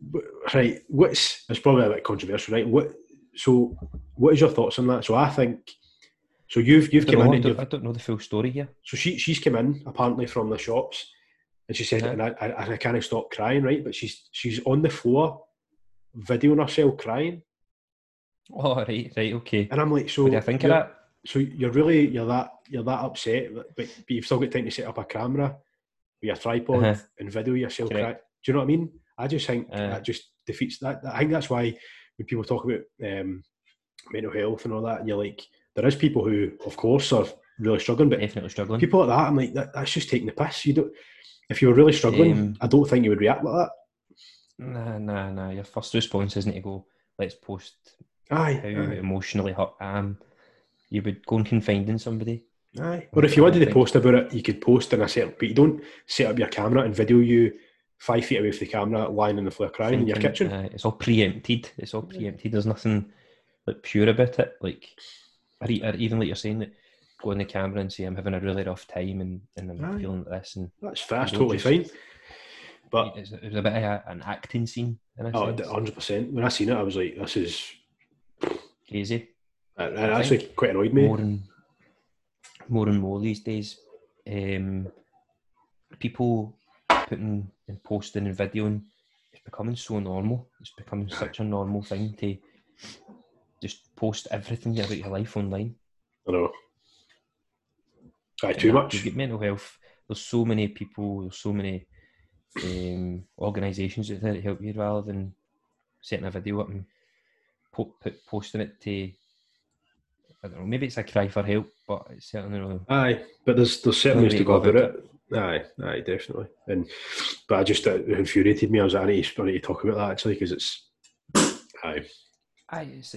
Speaker 1: But, right, what's it's probably a bit controversial, right? What so what is your thoughts on that? So I think so you've you've
Speaker 2: I don't,
Speaker 1: come in
Speaker 2: know, I,
Speaker 1: and
Speaker 2: don't,
Speaker 1: you've
Speaker 2: I don't know the full story here.
Speaker 1: so she she's come in apparently from the shops, and she said,
Speaker 2: Yeah.
Speaker 1: and I, I I can't stop crying, right? But she's she's on the floor, videoing herself crying,
Speaker 2: Oh, right, right, okay.
Speaker 1: and I'm like, so
Speaker 2: What do you think of
Speaker 1: you're-
Speaker 2: that?
Speaker 1: So you're really you're that you're that upset, but, but you've still got time to set up a camera with your tripod
Speaker 2: Uh-huh.
Speaker 1: and video yourself
Speaker 2: Correct.
Speaker 1: crying. Do you know what I mean? I just think
Speaker 2: Uh.
Speaker 1: that just defeats that. I think that's why when people talk about um, mental health and all that, and you're like, there is people who, of course, are really struggling, but
Speaker 2: Definitely struggling.
Speaker 1: people like that, I'm like, that, that's just taking the piss. You don't. If you were really struggling,
Speaker 2: Um,
Speaker 1: I don't think you would react like
Speaker 2: Nah, nah, nah. Your first response isn't to go, let's post
Speaker 1: that.
Speaker 2: how
Speaker 1: Aye,
Speaker 2: emotionally hurt I am. You would go and confide in somebody.
Speaker 1: aye, aye. Or if you
Speaker 2: I
Speaker 1: wanted to
Speaker 2: think-
Speaker 1: post about it, you could post in a certain, but you don't set up your camera and video you five feet away from the camera, lying on the floor crying in your
Speaker 2: thinking,
Speaker 1: kitchen.
Speaker 2: uh, it's all preempted. It's all preempted. There's nothing like pure about it. Like, or, e- or even like you're saying that go on the camera and say I'm having a really rough time and, and I'm
Speaker 1: Aye.
Speaker 2: feeling this and
Speaker 1: That's fast,
Speaker 2: you don't
Speaker 1: totally fine.
Speaker 2: just-
Speaker 1: But
Speaker 2: it's, it's a bit of a, an acting scene. In a
Speaker 1: oh,
Speaker 2: sense.
Speaker 1: 100 percent. When I seen it, I was like, this is.
Speaker 2: crazy.
Speaker 1: It, it
Speaker 2: I
Speaker 1: actually
Speaker 2: think
Speaker 1: quite annoyed me.
Speaker 2: More and more and more these days, um, people putting and posting and videoing it's becoming so normal. It's becoming such a normal thing to just post everything about your life online.
Speaker 1: I know. Aye, too
Speaker 2: And that-
Speaker 1: much.
Speaker 2: You get mental health. There's so many people. There's so many um, organisations out there that help you rather than setting a video up and po- put, posting it to. I don't know. Maybe it's a cry for help, but it's certainly not
Speaker 1: Aye, but there's there's certain ways
Speaker 2: way
Speaker 1: to
Speaker 2: to
Speaker 1: go
Speaker 2: go
Speaker 1: about it. Aye, aye, definitely. And but I just it infuriated me. I was like, I need to, I need to talk about that actually because it's aye,
Speaker 2: I, it's,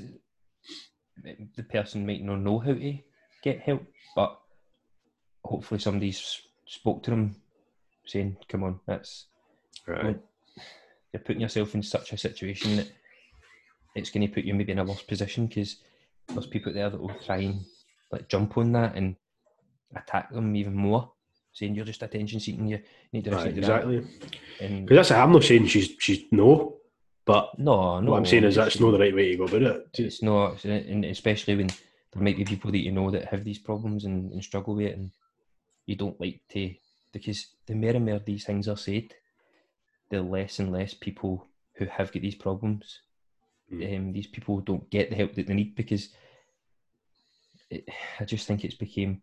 Speaker 2: the person might not know how to get help, but hopefully somebody's spoke to them saying, "Come on, that's
Speaker 1: aye,
Speaker 2: Right. you're putting yourself in such a situation that it's going to put you maybe in a worse position because there's people there that will try and like jump on that and attack them even more, saying you're just attention seeking, you need to
Speaker 1: aye
Speaker 2: receive
Speaker 1: exactly.
Speaker 2: that." And
Speaker 1: 'Cause that's I'm not saying she's she's no, but
Speaker 2: no, no,
Speaker 1: what I'm saying is
Speaker 2: just
Speaker 1: that's
Speaker 2: saying-
Speaker 1: not the right way to go about it. Just-
Speaker 2: it's not, it's- and especially when there might be people that you know that have these problems and, and struggle with it, and you don't like to, because the more and more these things are said, the less and less people who have got these problems,
Speaker 1: Mm.
Speaker 2: um, these people don't get the help that they need because it, I just think it's became,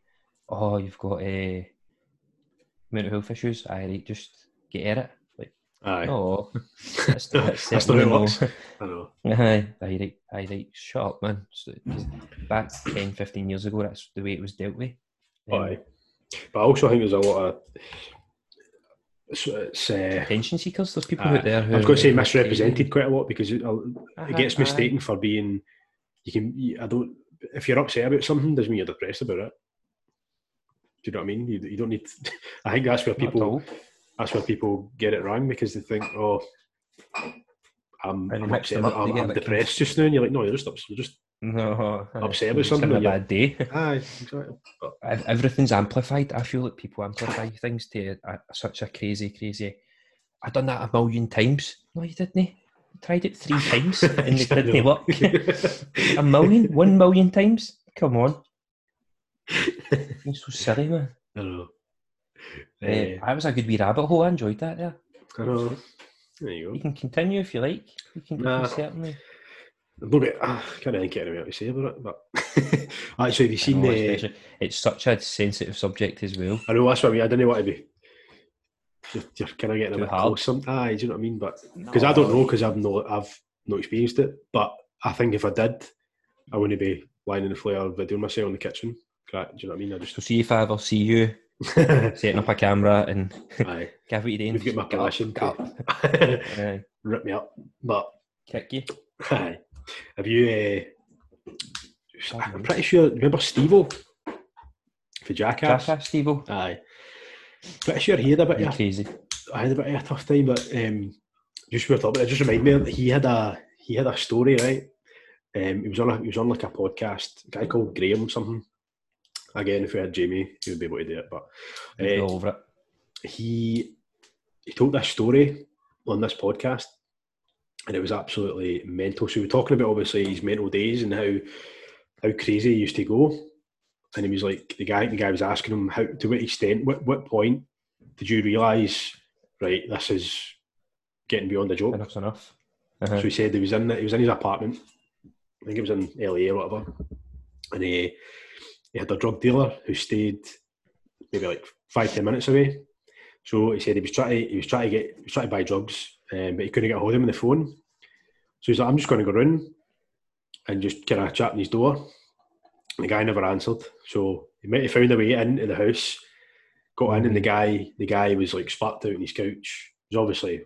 Speaker 2: oh, you've got uh, mental health issues, I right, just get at it. Like,
Speaker 1: Aye,
Speaker 2: no, that's, that's
Speaker 1: That's not how it
Speaker 2: certainly no.
Speaker 1: works. I know.
Speaker 2: Aye, aye, right, aye, right. Shut up, man. So, 'cause back 10, 15 years ago, that's the way it was dealt with. Um,
Speaker 1: Aye, but I also think there's a lot of it's, it's uh,
Speaker 2: Attention seekers, there's people
Speaker 1: Aye.
Speaker 2: out there who.
Speaker 1: I was going to say
Speaker 2: who-
Speaker 1: uh, Ah, misrepresented quite a lot because it, it
Speaker 2: Aye,
Speaker 1: gets
Speaker 2: aye.
Speaker 1: mistaken for being you can. you- I don't. If you're upset about something, doesn't mean you're depressed about it. Do you know what I mean? You, you don't need. I think that's where
Speaker 2: Not at
Speaker 1: people.
Speaker 2: all.
Speaker 1: That's where people get it wrong because they think, oh, I'm,
Speaker 2: And they
Speaker 1: I'm
Speaker 2: mix
Speaker 1: upset.
Speaker 2: them up
Speaker 1: I'm,
Speaker 2: together,
Speaker 1: I'm
Speaker 2: can't
Speaker 1: depressed just now. And you're like, no, you're just ups- you're just.
Speaker 2: No,
Speaker 1: Upset
Speaker 2: I'm
Speaker 1: about
Speaker 2: just
Speaker 1: something,
Speaker 2: having a
Speaker 1: are you?
Speaker 2: bad day.
Speaker 1: Aye, exactly.
Speaker 2: Ev- everything's amplified. I feel like people amplify things to a, such a crazy, crazy. I've done that a million times. No, you didn't. eh? You tried it three times and it didn't work. a million, one million times. Come on, you're so silly, man.
Speaker 1: I don't know.
Speaker 2: Eh,
Speaker 1: Eh,
Speaker 2: that was a good wee rabbit hole. I enjoyed that. There,
Speaker 1: I know. There you go.
Speaker 2: you can continue if you like. You can, you can
Speaker 1: Nah.
Speaker 2: certainly.
Speaker 1: I'm not get, I can't really get anything else to say about it, but actually, have you
Speaker 2: I
Speaker 1: seen eh,
Speaker 2: know,
Speaker 1: the?
Speaker 2: especially- it's such a sensitive subject as well.
Speaker 1: I know that's what I mean. I didn't want to be. You're, you're kind of getting a
Speaker 2: Too
Speaker 1: bit
Speaker 2: hard.
Speaker 1: close. Some, aye, do you know what I mean? But because I don't know, because I've no, I've not experienced it. But I think if I did, I wouldn't be lying in the flare or videoing myself in the kitchen. Crack, Do you know what I mean? I
Speaker 2: So see if I ever see you
Speaker 1: just
Speaker 2: setting up a camera and
Speaker 1: aye,
Speaker 2: give it the
Speaker 1: you've got my permission.
Speaker 2: Get up,
Speaker 1: to
Speaker 2: get up. Aye,
Speaker 1: Rip me up, but
Speaker 2: kick you.
Speaker 1: aye. Have you? Uh, I'm pretty sure. Remember Stevo for Jackass?
Speaker 2: Jackass, Steve.
Speaker 1: Aye. Pretty sure he had a bit.
Speaker 2: You're
Speaker 1: Of,
Speaker 2: crazy.
Speaker 1: I had a bit of a tough time, but um, just worth up. It just reminded me. He had a he had a story, right? Um, he was on a, he was on like a podcast. A guy called Graham something. Again, if we had Jamie, he would be able to do it. But
Speaker 2: You'd be
Speaker 1: uh,
Speaker 2: all over it.
Speaker 1: he he told this story on this podcast, and it was absolutely mental. So we were talking about obviously his mental days and how how crazy he used to go. And he was like, the guy the guy was asking him how to what extent, what what point did you realise, right, this is getting beyond a joke?
Speaker 2: Enough's enough. Uh-huh.
Speaker 1: So he said he was in the, he was in his apartment. I think it was in LA or whatever. And he, he had a drug dealer who stayed maybe like five ten minutes away. So he said he was trying to, he was trying to get he was trying to buy drugs, um, but he couldn't get a hold of him on the phone. So he's like, I'm just going to go round and just kind of chat on his door. And the guy never answered, so he might have found a way into the house. Got in, and
Speaker 2: Mm-hmm.
Speaker 1: the guy the guy was like sparked out on his couch. He was obviously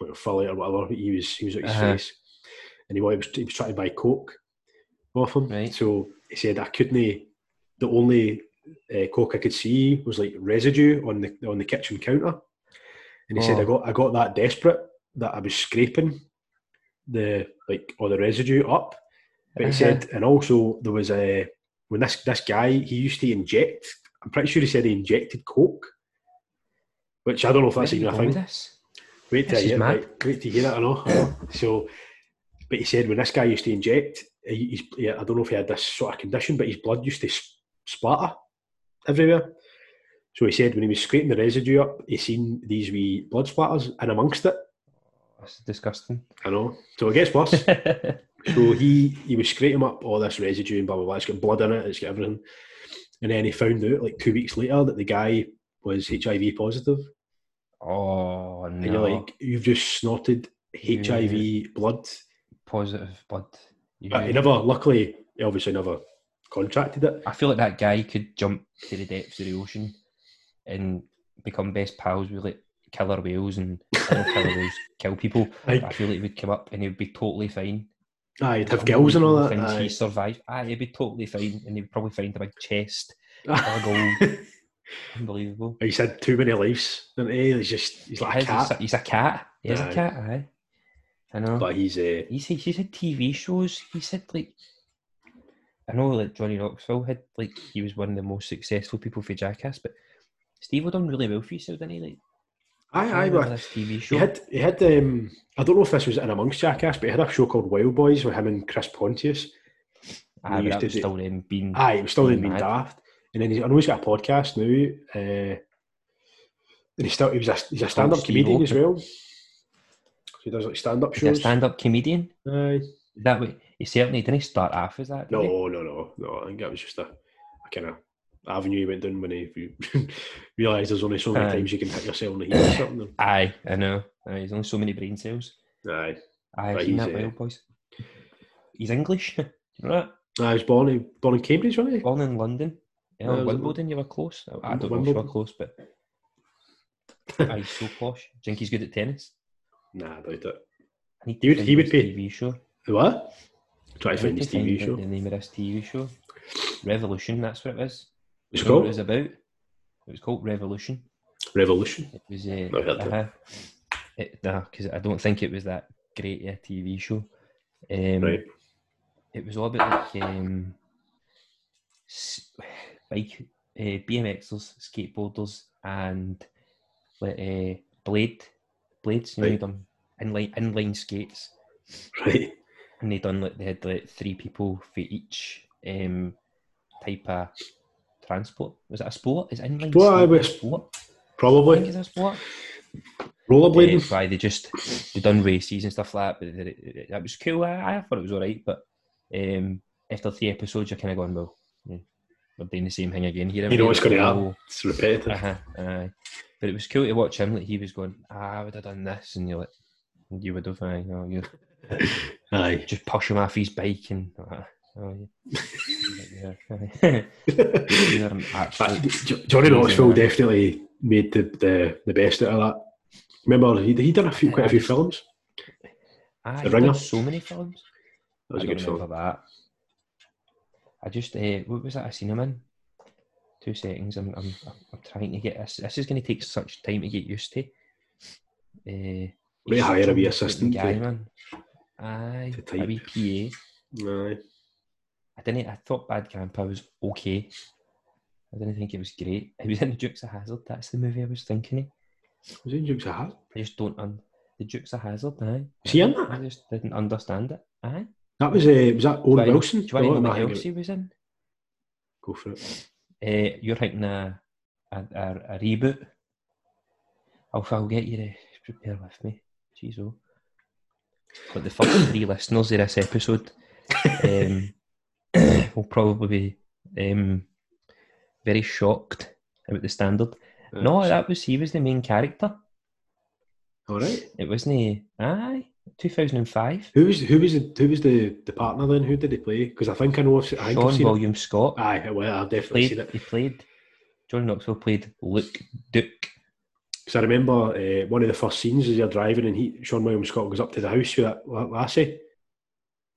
Speaker 1: like a folly or whatever. He was he was out his
Speaker 2: Uh-huh.
Speaker 1: face, and he was he was trying to buy coke off him.
Speaker 2: Right.
Speaker 1: So he said I couldn't. The only uh, coke I could see was like residue on the on the kitchen counter, and he said
Speaker 2: Oh.
Speaker 1: I got I got that desperate that I was scraping the like all the residue up. But he
Speaker 2: Uh-huh.
Speaker 1: said, and also there was a when this this guy he used to inject. I'm pretty sure he said he injected coke, which I don't know if that's
Speaker 2: Where
Speaker 1: even
Speaker 2: are
Speaker 1: a
Speaker 2: you going with
Speaker 1: thing.
Speaker 2: this?
Speaker 1: Wait till
Speaker 2: This
Speaker 1: I
Speaker 2: is
Speaker 1: hear,
Speaker 2: mad.
Speaker 1: right, wait to hear that. I know. I know. so, but he said when this guy used to inject, he- he's, yeah, I don't know if he had this sort of condition, but his blood used to sp- splatter everywhere. So he said when he was scraping the residue up, he seen these wee blood splatters in amongst it.
Speaker 2: That's disgusting.
Speaker 1: I know. So it gets worse. So he he was scraping up all this residue and blah blah blah. It's got blood in it. It's got everything. And then he found out like two weeks later that the guy was HIV positive.
Speaker 2: oh
Speaker 1: And you're
Speaker 2: no!
Speaker 1: like, you've just snorted HIV blood.
Speaker 2: Positive blood.
Speaker 1: But he
Speaker 2: Yeah.
Speaker 1: never, luckily, he obviously never contracted it.
Speaker 2: I feel like that guy could jump to the depths of the ocean and become best pals with like killer whales and I know killer whales kill people. but I
Speaker 1: Like,
Speaker 2: feel like he would come up and he would be totally fine.
Speaker 1: aye, he'd have gills and all that.
Speaker 2: Things he
Speaker 1: Aye.
Speaker 2: survived. Aye, he'd be totally fine, and he'd probably find a big chest. full of gold. Unbelievable.
Speaker 1: he's had too many lives. didn't he? He's just, he's like a
Speaker 2: He's- He's, a,
Speaker 1: cat.
Speaker 2: he's a cat. He is
Speaker 1: Aye.
Speaker 2: a cat, aye. I know.
Speaker 1: But he's, uh,
Speaker 2: He said he said TV shows. He said like I know like Johnny Knoxville had like he was one of the most successful people for Jackass, but Steve had done really well for himself, didn't he? Like
Speaker 1: aye,
Speaker 2: I
Speaker 1: aye,
Speaker 2: remember
Speaker 1: but
Speaker 2: this TV
Speaker 1: He
Speaker 2: show.
Speaker 1: had, he had. Um, I don't know if this was in amongst Jackass, but he had a show called Wild Boys with him and Chris Pontius.
Speaker 2: Aye,
Speaker 1: he
Speaker 2: Ah, but
Speaker 1: used
Speaker 2: that
Speaker 1: to
Speaker 2: was
Speaker 1: do- Ah,
Speaker 2: still them being
Speaker 1: Aye, it was still in
Speaker 2: Mad.
Speaker 1: being daft. And then he's, I know he's got a podcast now. Uh, and he's still he was a, he's a stand up
Speaker 2: Steve
Speaker 1: comedian as
Speaker 2: Oaken.
Speaker 1: well. So he does like stand up
Speaker 2: a
Speaker 1: shows.
Speaker 2: stand-up comedian.
Speaker 1: Aye.
Speaker 2: That way, he certainly didn't start off as that. did he?
Speaker 1: No, no, no, no. I think that was just a, a kind of avenue he went down when he realised there's only so many
Speaker 2: Aye.
Speaker 1: times you can hit yourself in the head or something.
Speaker 2: Aye, I know. Aye, there's only so many brain cells.
Speaker 1: Aye.
Speaker 2: Aye,
Speaker 1: But
Speaker 2: I've seen
Speaker 1: he's,
Speaker 2: that
Speaker 1: uh,
Speaker 2: well, boys. He's English, right?
Speaker 1: I was born in, born in Cambridge, wasn't he?
Speaker 2: Born in London. Yeah,
Speaker 1: Yeah, was it-
Speaker 2: Wimbledon, you were close. I- I don't know if you were
Speaker 1: Wimbledon?
Speaker 2: close, but aye, he's so posh. Do you think he's good at tennis?
Speaker 1: Nah, I doubt it.
Speaker 2: I need
Speaker 1: He would-
Speaker 2: find
Speaker 1: he would
Speaker 2: his
Speaker 1: be-
Speaker 2: TV show.
Speaker 1: What? try to
Speaker 2: How
Speaker 1: find
Speaker 2: do
Speaker 1: this
Speaker 2: you
Speaker 1: TV
Speaker 2: find
Speaker 1: show.
Speaker 2: The the name of this TV show, Revolution. That's what it was.
Speaker 1: It's
Speaker 2: You know what it
Speaker 1: called
Speaker 2: was about. It was called Revolution.
Speaker 1: Revolution.
Speaker 2: It was.
Speaker 1: Not heard of it.
Speaker 2: Uh, uh it, nah, because I don't think it was that great a TV show. Um,
Speaker 1: Right.
Speaker 2: It was all about like um, s- bike, uh, BMXers, skateboarders, and like uh, blade blades. You know,
Speaker 1: Right.
Speaker 2: them inline inline skates
Speaker 1: Right.
Speaker 2: and they done like they had like three people for each um type of transport. Was it a sport? Is it inline
Speaker 1: Sport, aye,
Speaker 2: skate
Speaker 1: but
Speaker 2: a sport? I think
Speaker 1: Probably.
Speaker 2: it's a sport. Uh,
Speaker 1: Rollerblading.
Speaker 2: aye, they just they done races and stuff like that. But it, it, it- that was cool. I, I thought it was alright, but um, after three episodes, you're kind of going, well, hmm, we're doing the same thing again here.
Speaker 1: You know what's gonna
Speaker 2: to
Speaker 1: happen. It's repetitive.
Speaker 2: uh-huh, aye. But it was cool to watch him. Like he was going, ah, I would have done this, and you're like, you would have, aye, no, you
Speaker 1: Aye.
Speaker 2: just push him off his bike and uh, oh, yeah. yeah. You're an
Speaker 1: But
Speaker 2: absolute-
Speaker 1: J- Johnny Knoxville definitely made the, the, the best out of that. Remember, he, he done a few, quite a few films.
Speaker 2: Ah,
Speaker 1: The
Speaker 2: you've done
Speaker 1: Ringer.
Speaker 2: so many films.
Speaker 1: That was a
Speaker 2: I don't
Speaker 1: good
Speaker 2: remember
Speaker 1: film.
Speaker 2: that. I just uh, what was that I seen him in? Two seconds. I'm I'm, I'm- I'm trying to get this. This is going to take such time to get used to. Uh,
Speaker 1: Right, hire a wee assistant
Speaker 2: Guy,
Speaker 1: to-
Speaker 2: man. Aye,
Speaker 1: to
Speaker 2: a
Speaker 1: type.
Speaker 2: wee PA.
Speaker 1: Aye.
Speaker 2: I didn't. I thought Bad Grandpa was okay. I didn't think it was great. He was in the Dukes of Hazard. That's the movie I was thinking. Of.
Speaker 1: Was he in Dukes of Hazzard?
Speaker 2: I just don't un- the Dukes of Hazard. Aye,
Speaker 1: Was he in that?
Speaker 2: I just didn't understand it. Aye,
Speaker 1: That was, uh, was that Owen
Speaker 2: Do I know-
Speaker 1: Wilson? Oh,
Speaker 2: Do you want
Speaker 1: No,
Speaker 2: to know
Speaker 1: I'm
Speaker 2: what
Speaker 1: not
Speaker 2: else he was in?
Speaker 1: Go for it.
Speaker 2: Uh, you're thinking a a, a, a reboot. I'll, I'll get you to prepare with me. Jeez, oh. But the first three listeners of this episode um, will probably be um, very shocked about the standard. No, that was he was the main character.
Speaker 1: Uh, All right.
Speaker 2: It wasn't. Aye, two thousand and five.
Speaker 1: Who was who was the, who was the, the partner then? Who did he play? Because I think I know. I've, se- I think I've
Speaker 2: Sean
Speaker 1: seen it.
Speaker 2: William Scott
Speaker 1: Aye, well, I've definitely seen
Speaker 2: played.
Speaker 1: it.
Speaker 2: He played. John Knoxville played Luke Duke.
Speaker 1: Because I remember uh, one of the first scenes is you're driving and he Sean William Scott goes up to the house with that, that lassie.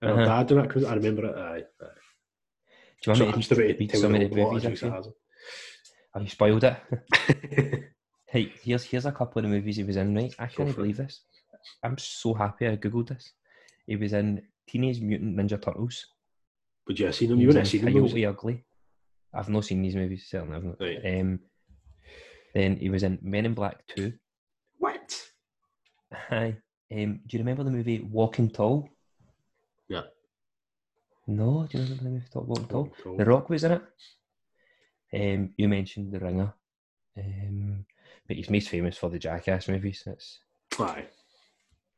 Speaker 1: And her
Speaker 2: Uh-huh.
Speaker 1: dad and that comes. I remember it. Aye. aye.
Speaker 2: Do you
Speaker 1: So
Speaker 2: want
Speaker 1: I'm
Speaker 2: me
Speaker 1: still about
Speaker 2: to
Speaker 1: to
Speaker 2: read
Speaker 1: tell
Speaker 2: some of
Speaker 1: you
Speaker 2: the
Speaker 1: a lot of
Speaker 2: movies? I've
Speaker 1: Dukes of
Speaker 2: seen?
Speaker 1: Hazzard.
Speaker 2: Oh, you spoiled it. hey, here's here's a couple of the movies he was in. Right, I
Speaker 1: for
Speaker 2: can't
Speaker 1: it.
Speaker 2: believe this. I'm so happy I googled this. He was in Teenage Mutant Ninja Turtles.
Speaker 1: Would you have seen them?
Speaker 2: He
Speaker 1: You
Speaker 2: was
Speaker 1: wouldn't have
Speaker 2: in
Speaker 1: seen them.
Speaker 2: Coyote Ugly. I've not seen these movies. Certainly, I've not.
Speaker 1: Right.
Speaker 2: Um, then he was in Men in Black Two.
Speaker 1: What?
Speaker 2: Hi. Um, do you remember the movie Walking Tall?
Speaker 1: Yeah.
Speaker 2: No, do you remember the movie called Walking Tall? The Rock was in it. Um, you mentioned The Ringer, um, but he's most famous for the Jackass movies. That's
Speaker 1: Aye.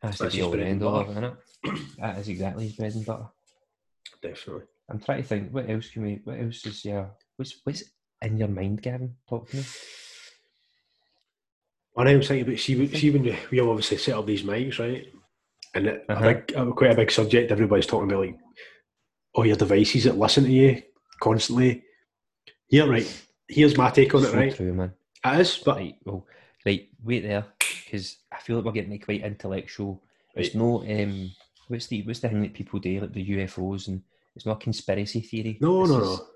Speaker 2: that's the
Speaker 1: That's his
Speaker 2: deal
Speaker 1: bread and
Speaker 2: end all of it,
Speaker 1: butter.
Speaker 2: isn't it? That is exactly his bread and butter.
Speaker 1: Definitely.
Speaker 2: I'm trying to think what else can we? What else is yeah? What's what's in your mind, Gavin? Talk to me.
Speaker 1: And I was thinking about see, see when we- we obviously set up these mics, right? And it, a
Speaker 2: Uh-huh.
Speaker 1: big, uh, quite a big subject. Everybody's talking about like all your devices that listen to you constantly. Here, right. Here's my take on it,
Speaker 2: so
Speaker 1: right?
Speaker 2: true, man.
Speaker 1: It is, but
Speaker 2: right, well, right, wait there, because I feel like we're getting quite intellectual. It's
Speaker 1: Right.
Speaker 2: no um, what's the what's the thing that people do like the UFOs and it's not conspiracy theory.
Speaker 1: no,
Speaker 2: This
Speaker 1: no,
Speaker 2: is-
Speaker 1: no.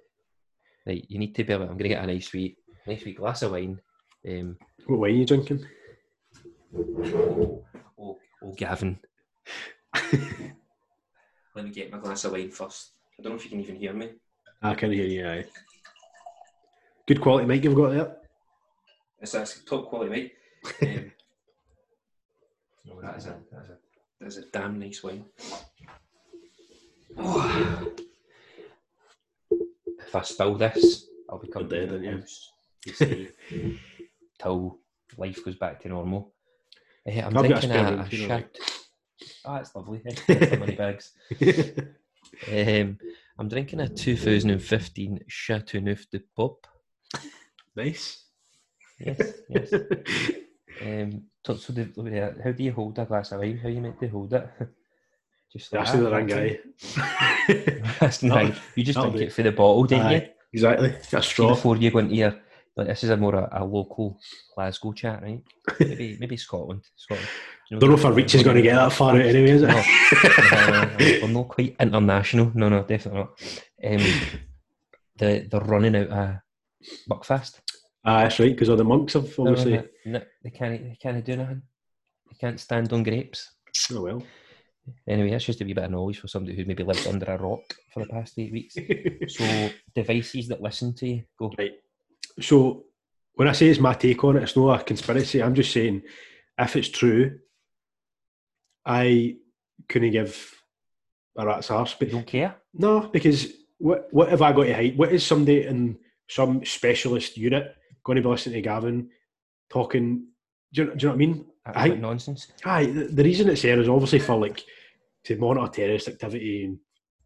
Speaker 2: Right, you need to be. I'm going to get a nice wee, nice wee glass of wine. Um,
Speaker 1: What wine are you drinking?
Speaker 2: oh, oh, Gavin. Let me get my glass of wine first. I don't know if you can even hear me.
Speaker 1: I can hear you. Aye. Good quality mic you've got there.
Speaker 2: It's a top quality, mate. Um, no, that is a that is a that is a damn nice wine. Oh. If I spill this, I'll be coming
Speaker 1: dead,
Speaker 2: to
Speaker 1: aren't
Speaker 2: your
Speaker 1: you?
Speaker 2: house to stay till life goes back to normal. Eh, I'm
Speaker 1: I've got a
Speaker 2: drinking
Speaker 1: spare
Speaker 2: a,
Speaker 1: room,
Speaker 2: a
Speaker 1: if you know
Speaker 2: shit. Oh, that's lovely. eh? So many bags. Um, I'm drinking a 2015 Chateau Neuf de Pop.
Speaker 1: nice.
Speaker 2: Yes, yes. Um, so, so the, look at that. how do you hold a glass of wine? How you meant to hold it? Just like
Speaker 1: That's
Speaker 2: that,
Speaker 1: the wrong
Speaker 2: that's it.
Speaker 1: guy. Aye.
Speaker 2: That's the
Speaker 1: That'll-
Speaker 2: thing. You just
Speaker 1: that'll
Speaker 2: drink
Speaker 1: do.
Speaker 2: it for the bottle, didn't you?
Speaker 1: Exactly. Got a
Speaker 2: See,
Speaker 1: straw.
Speaker 2: before you go into your, like, this is a more a, a local Glasgow chat, right? Maybe maybe Scotland, Scotland.
Speaker 1: I don't know if our reach is going to get that far out anyway, is it?
Speaker 2: No, no, no, we're not quite international. No, no, definitely not. Um, the they're running out of Buckfast.
Speaker 1: Ah, that's right, because all the monks have
Speaker 2: They're
Speaker 1: obviously.
Speaker 2: running out- No, they can't. They can't do nothing. They can't stand on grapes.
Speaker 1: Oh well.
Speaker 2: Anyway, that's just a wee bit of knowledge for somebody who maybe lived under a rock for the past eight weeks. So devices that listen to you go.
Speaker 1: Right. So when I say it's my take on it, it's not a conspiracy. I'm just saying if it's true, I couldn't give a rat's arse.
Speaker 2: You
Speaker 1: But
Speaker 2: don't care.
Speaker 1: no, because what what have I got to hide? What is somebody in some specialist unit going to be listening to Gavin talking? Do you, do you know what I mean?
Speaker 2: Absolute
Speaker 1: Aye.
Speaker 2: nonsense.
Speaker 1: Aye, the, the reason it's there is obviously for like to monitor terrorist activity and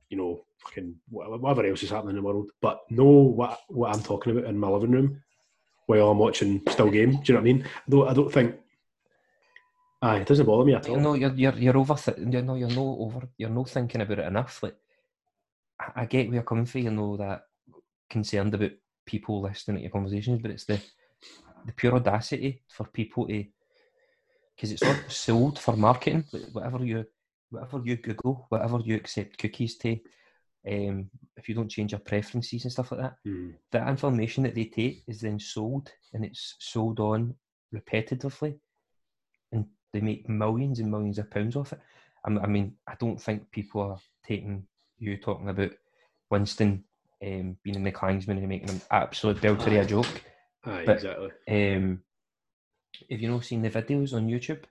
Speaker 1: you know fucking wha- whatever else is happening in the world, but know what what I'm talking about in my living room while I'm watching still game. Do you know what I mean? I don't, I don't think. Aye, it doesn't bother me at all.
Speaker 2: No, you're you're you're over. you're, no, you're no over. You're no thinking about it enough. Like I- I get where you're coming from. You know that concerned about people listening to your conversations, but it's the the pure audacity for people to because it's all sold for marketing. Like, Whatever you whatever you Google, whatever you accept cookies to, um, if you don't change your preferences and stuff like that,
Speaker 1: Mm,
Speaker 2: the information that they take is then sold and it's sold on repetitively and they make millions and millions of pounds off it. I m- I mean, I don't think people are taking you talking about Winston um, being in the Klangsman and making an absolute belter of a joke.
Speaker 1: aye,
Speaker 2: But-
Speaker 1: exactly.
Speaker 2: Um, have you not seen the videos on YouTube?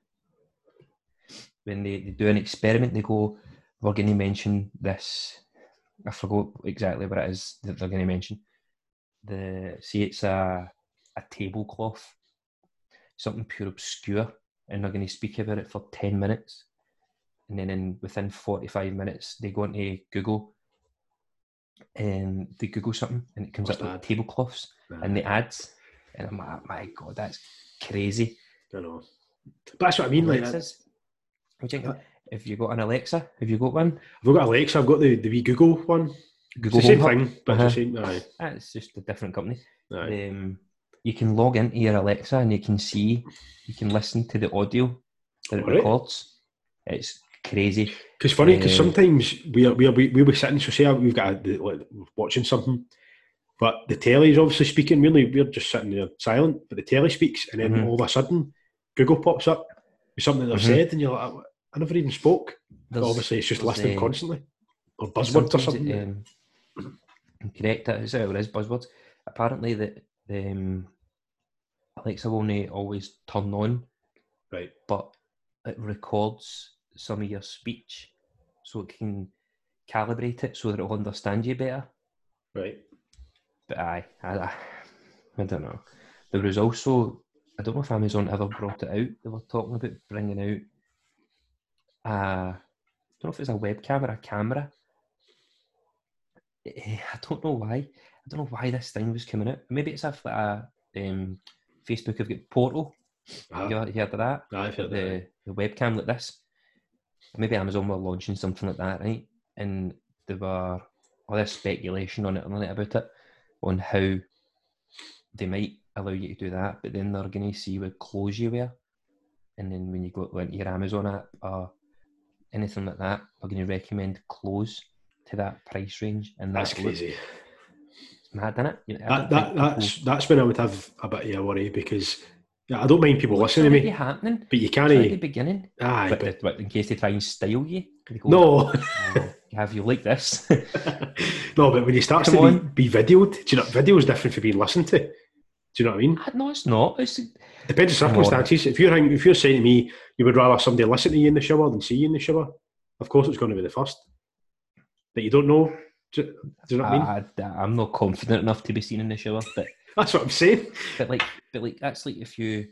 Speaker 2: When they, they do an experiment, they go, We're going to mention this. I forgot exactly what it is that they're going to mention. The See, it's a, a tablecloth, something pure obscure, and they're going to speak about it for 10 minutes. And then in, within 45 minutes, they go into Google and they Google something, and it comes
Speaker 1: What's
Speaker 2: up with
Speaker 1: that?
Speaker 2: tablecloths
Speaker 1: Nah,
Speaker 2: and the ads. And I'm like, my God, that's crazy.
Speaker 1: I know. But that's what I mean. Like, I've
Speaker 2: Alexas? What do you think? Have you got an Alexa? Have you got one?
Speaker 1: got Alexa. I've got the, the wee Google one. It's
Speaker 2: Google
Speaker 1: the same
Speaker 2: Home Hub? Uh-huh.
Speaker 1: thing, but it's the same. Aye,
Speaker 2: That's just a different company.
Speaker 1: aye.
Speaker 2: Um, you can log into your Alexa and you can see, you can listen to the audio that it
Speaker 1: Alright.
Speaker 2: records. It's crazy.
Speaker 1: Because funny, because
Speaker 2: Uh,
Speaker 1: sometimes we are, we are, we we were sitting. So say we've got a, like, we're watching something, but the telly is obviously speaking. Really, we're just sitting there silent, but the telly speaks, and then
Speaker 2: Mhm.
Speaker 1: all of a sudden, Google pops up with something that they've
Speaker 2: Mhm.
Speaker 1: said, and you're like, "I- I never even spoke. But
Speaker 2: There's-
Speaker 1: obviously, it's just
Speaker 2: there's,
Speaker 1: listening
Speaker 2: uh,
Speaker 1: constantly or buzzwords or
Speaker 2: sometimes
Speaker 1: something.
Speaker 2: it, um, correct, that is how it is, buzzwords. Apparently, the, the um, Alexa won't always turn on
Speaker 1: right?
Speaker 2: but it records some of your speech so it can calibrate it so that it'll understand you better.
Speaker 1: Right.
Speaker 2: But aye, I, I, I don't know. There was also, I don't know if Amazon ever brought it out, they were talking about bringing out a, I don't know if it's a webcam or a camera. Eh, I don't know why. I don't know why this thing was coming out. Maybe it's after a, um, Facebook have got Portal.
Speaker 1: Ah,
Speaker 2: You heard heard of that?
Speaker 1: aye, I've heard that.
Speaker 2: the, the webcam like this. Maybe Amazon were launching something like that, right? And there were all this speculation on it and it about it, on how they might allow you to do that, but then they're going to see what clothes you wear. And then when you go into your Amazon app or anything like that, they're going to recommend clothes to that price range. And
Speaker 1: That's
Speaker 2: that look.
Speaker 1: crazy.
Speaker 2: It's mad, isn't it? You know, I
Speaker 1: That,
Speaker 2: don't
Speaker 1: that
Speaker 2: think
Speaker 1: that's
Speaker 2: people-
Speaker 1: that's when I would have a bit of a worry because yeah, I don't mind people
Speaker 2: Well, it's
Speaker 1: listening to
Speaker 2: already
Speaker 1: me,
Speaker 2: happening.
Speaker 1: but you
Speaker 2: It's already
Speaker 1: can't.
Speaker 2: beginning.
Speaker 1: Aye,
Speaker 2: But,
Speaker 1: but
Speaker 2: but in case they try and style you, they go,
Speaker 1: no.
Speaker 2: "Oh, have you like this?
Speaker 1: no, but when you start
Speaker 2: Come
Speaker 1: to
Speaker 2: on.
Speaker 1: be, be videoed, do you know video is different for being listened to? Do you know what I mean?
Speaker 2: Ah, no, it's not. It's
Speaker 1: Depends on
Speaker 2: Come on.
Speaker 1: circumstances. If you're hang- if you're saying to me you would rather somebody listen to you in the shower than see you in the shower, of course it's going to be the first. But you don't know. Do, do you know what I mean?
Speaker 2: I, I, am not confident enough to be seen in the shower, but
Speaker 1: That's what I'm saying.
Speaker 2: but like but like that's like if you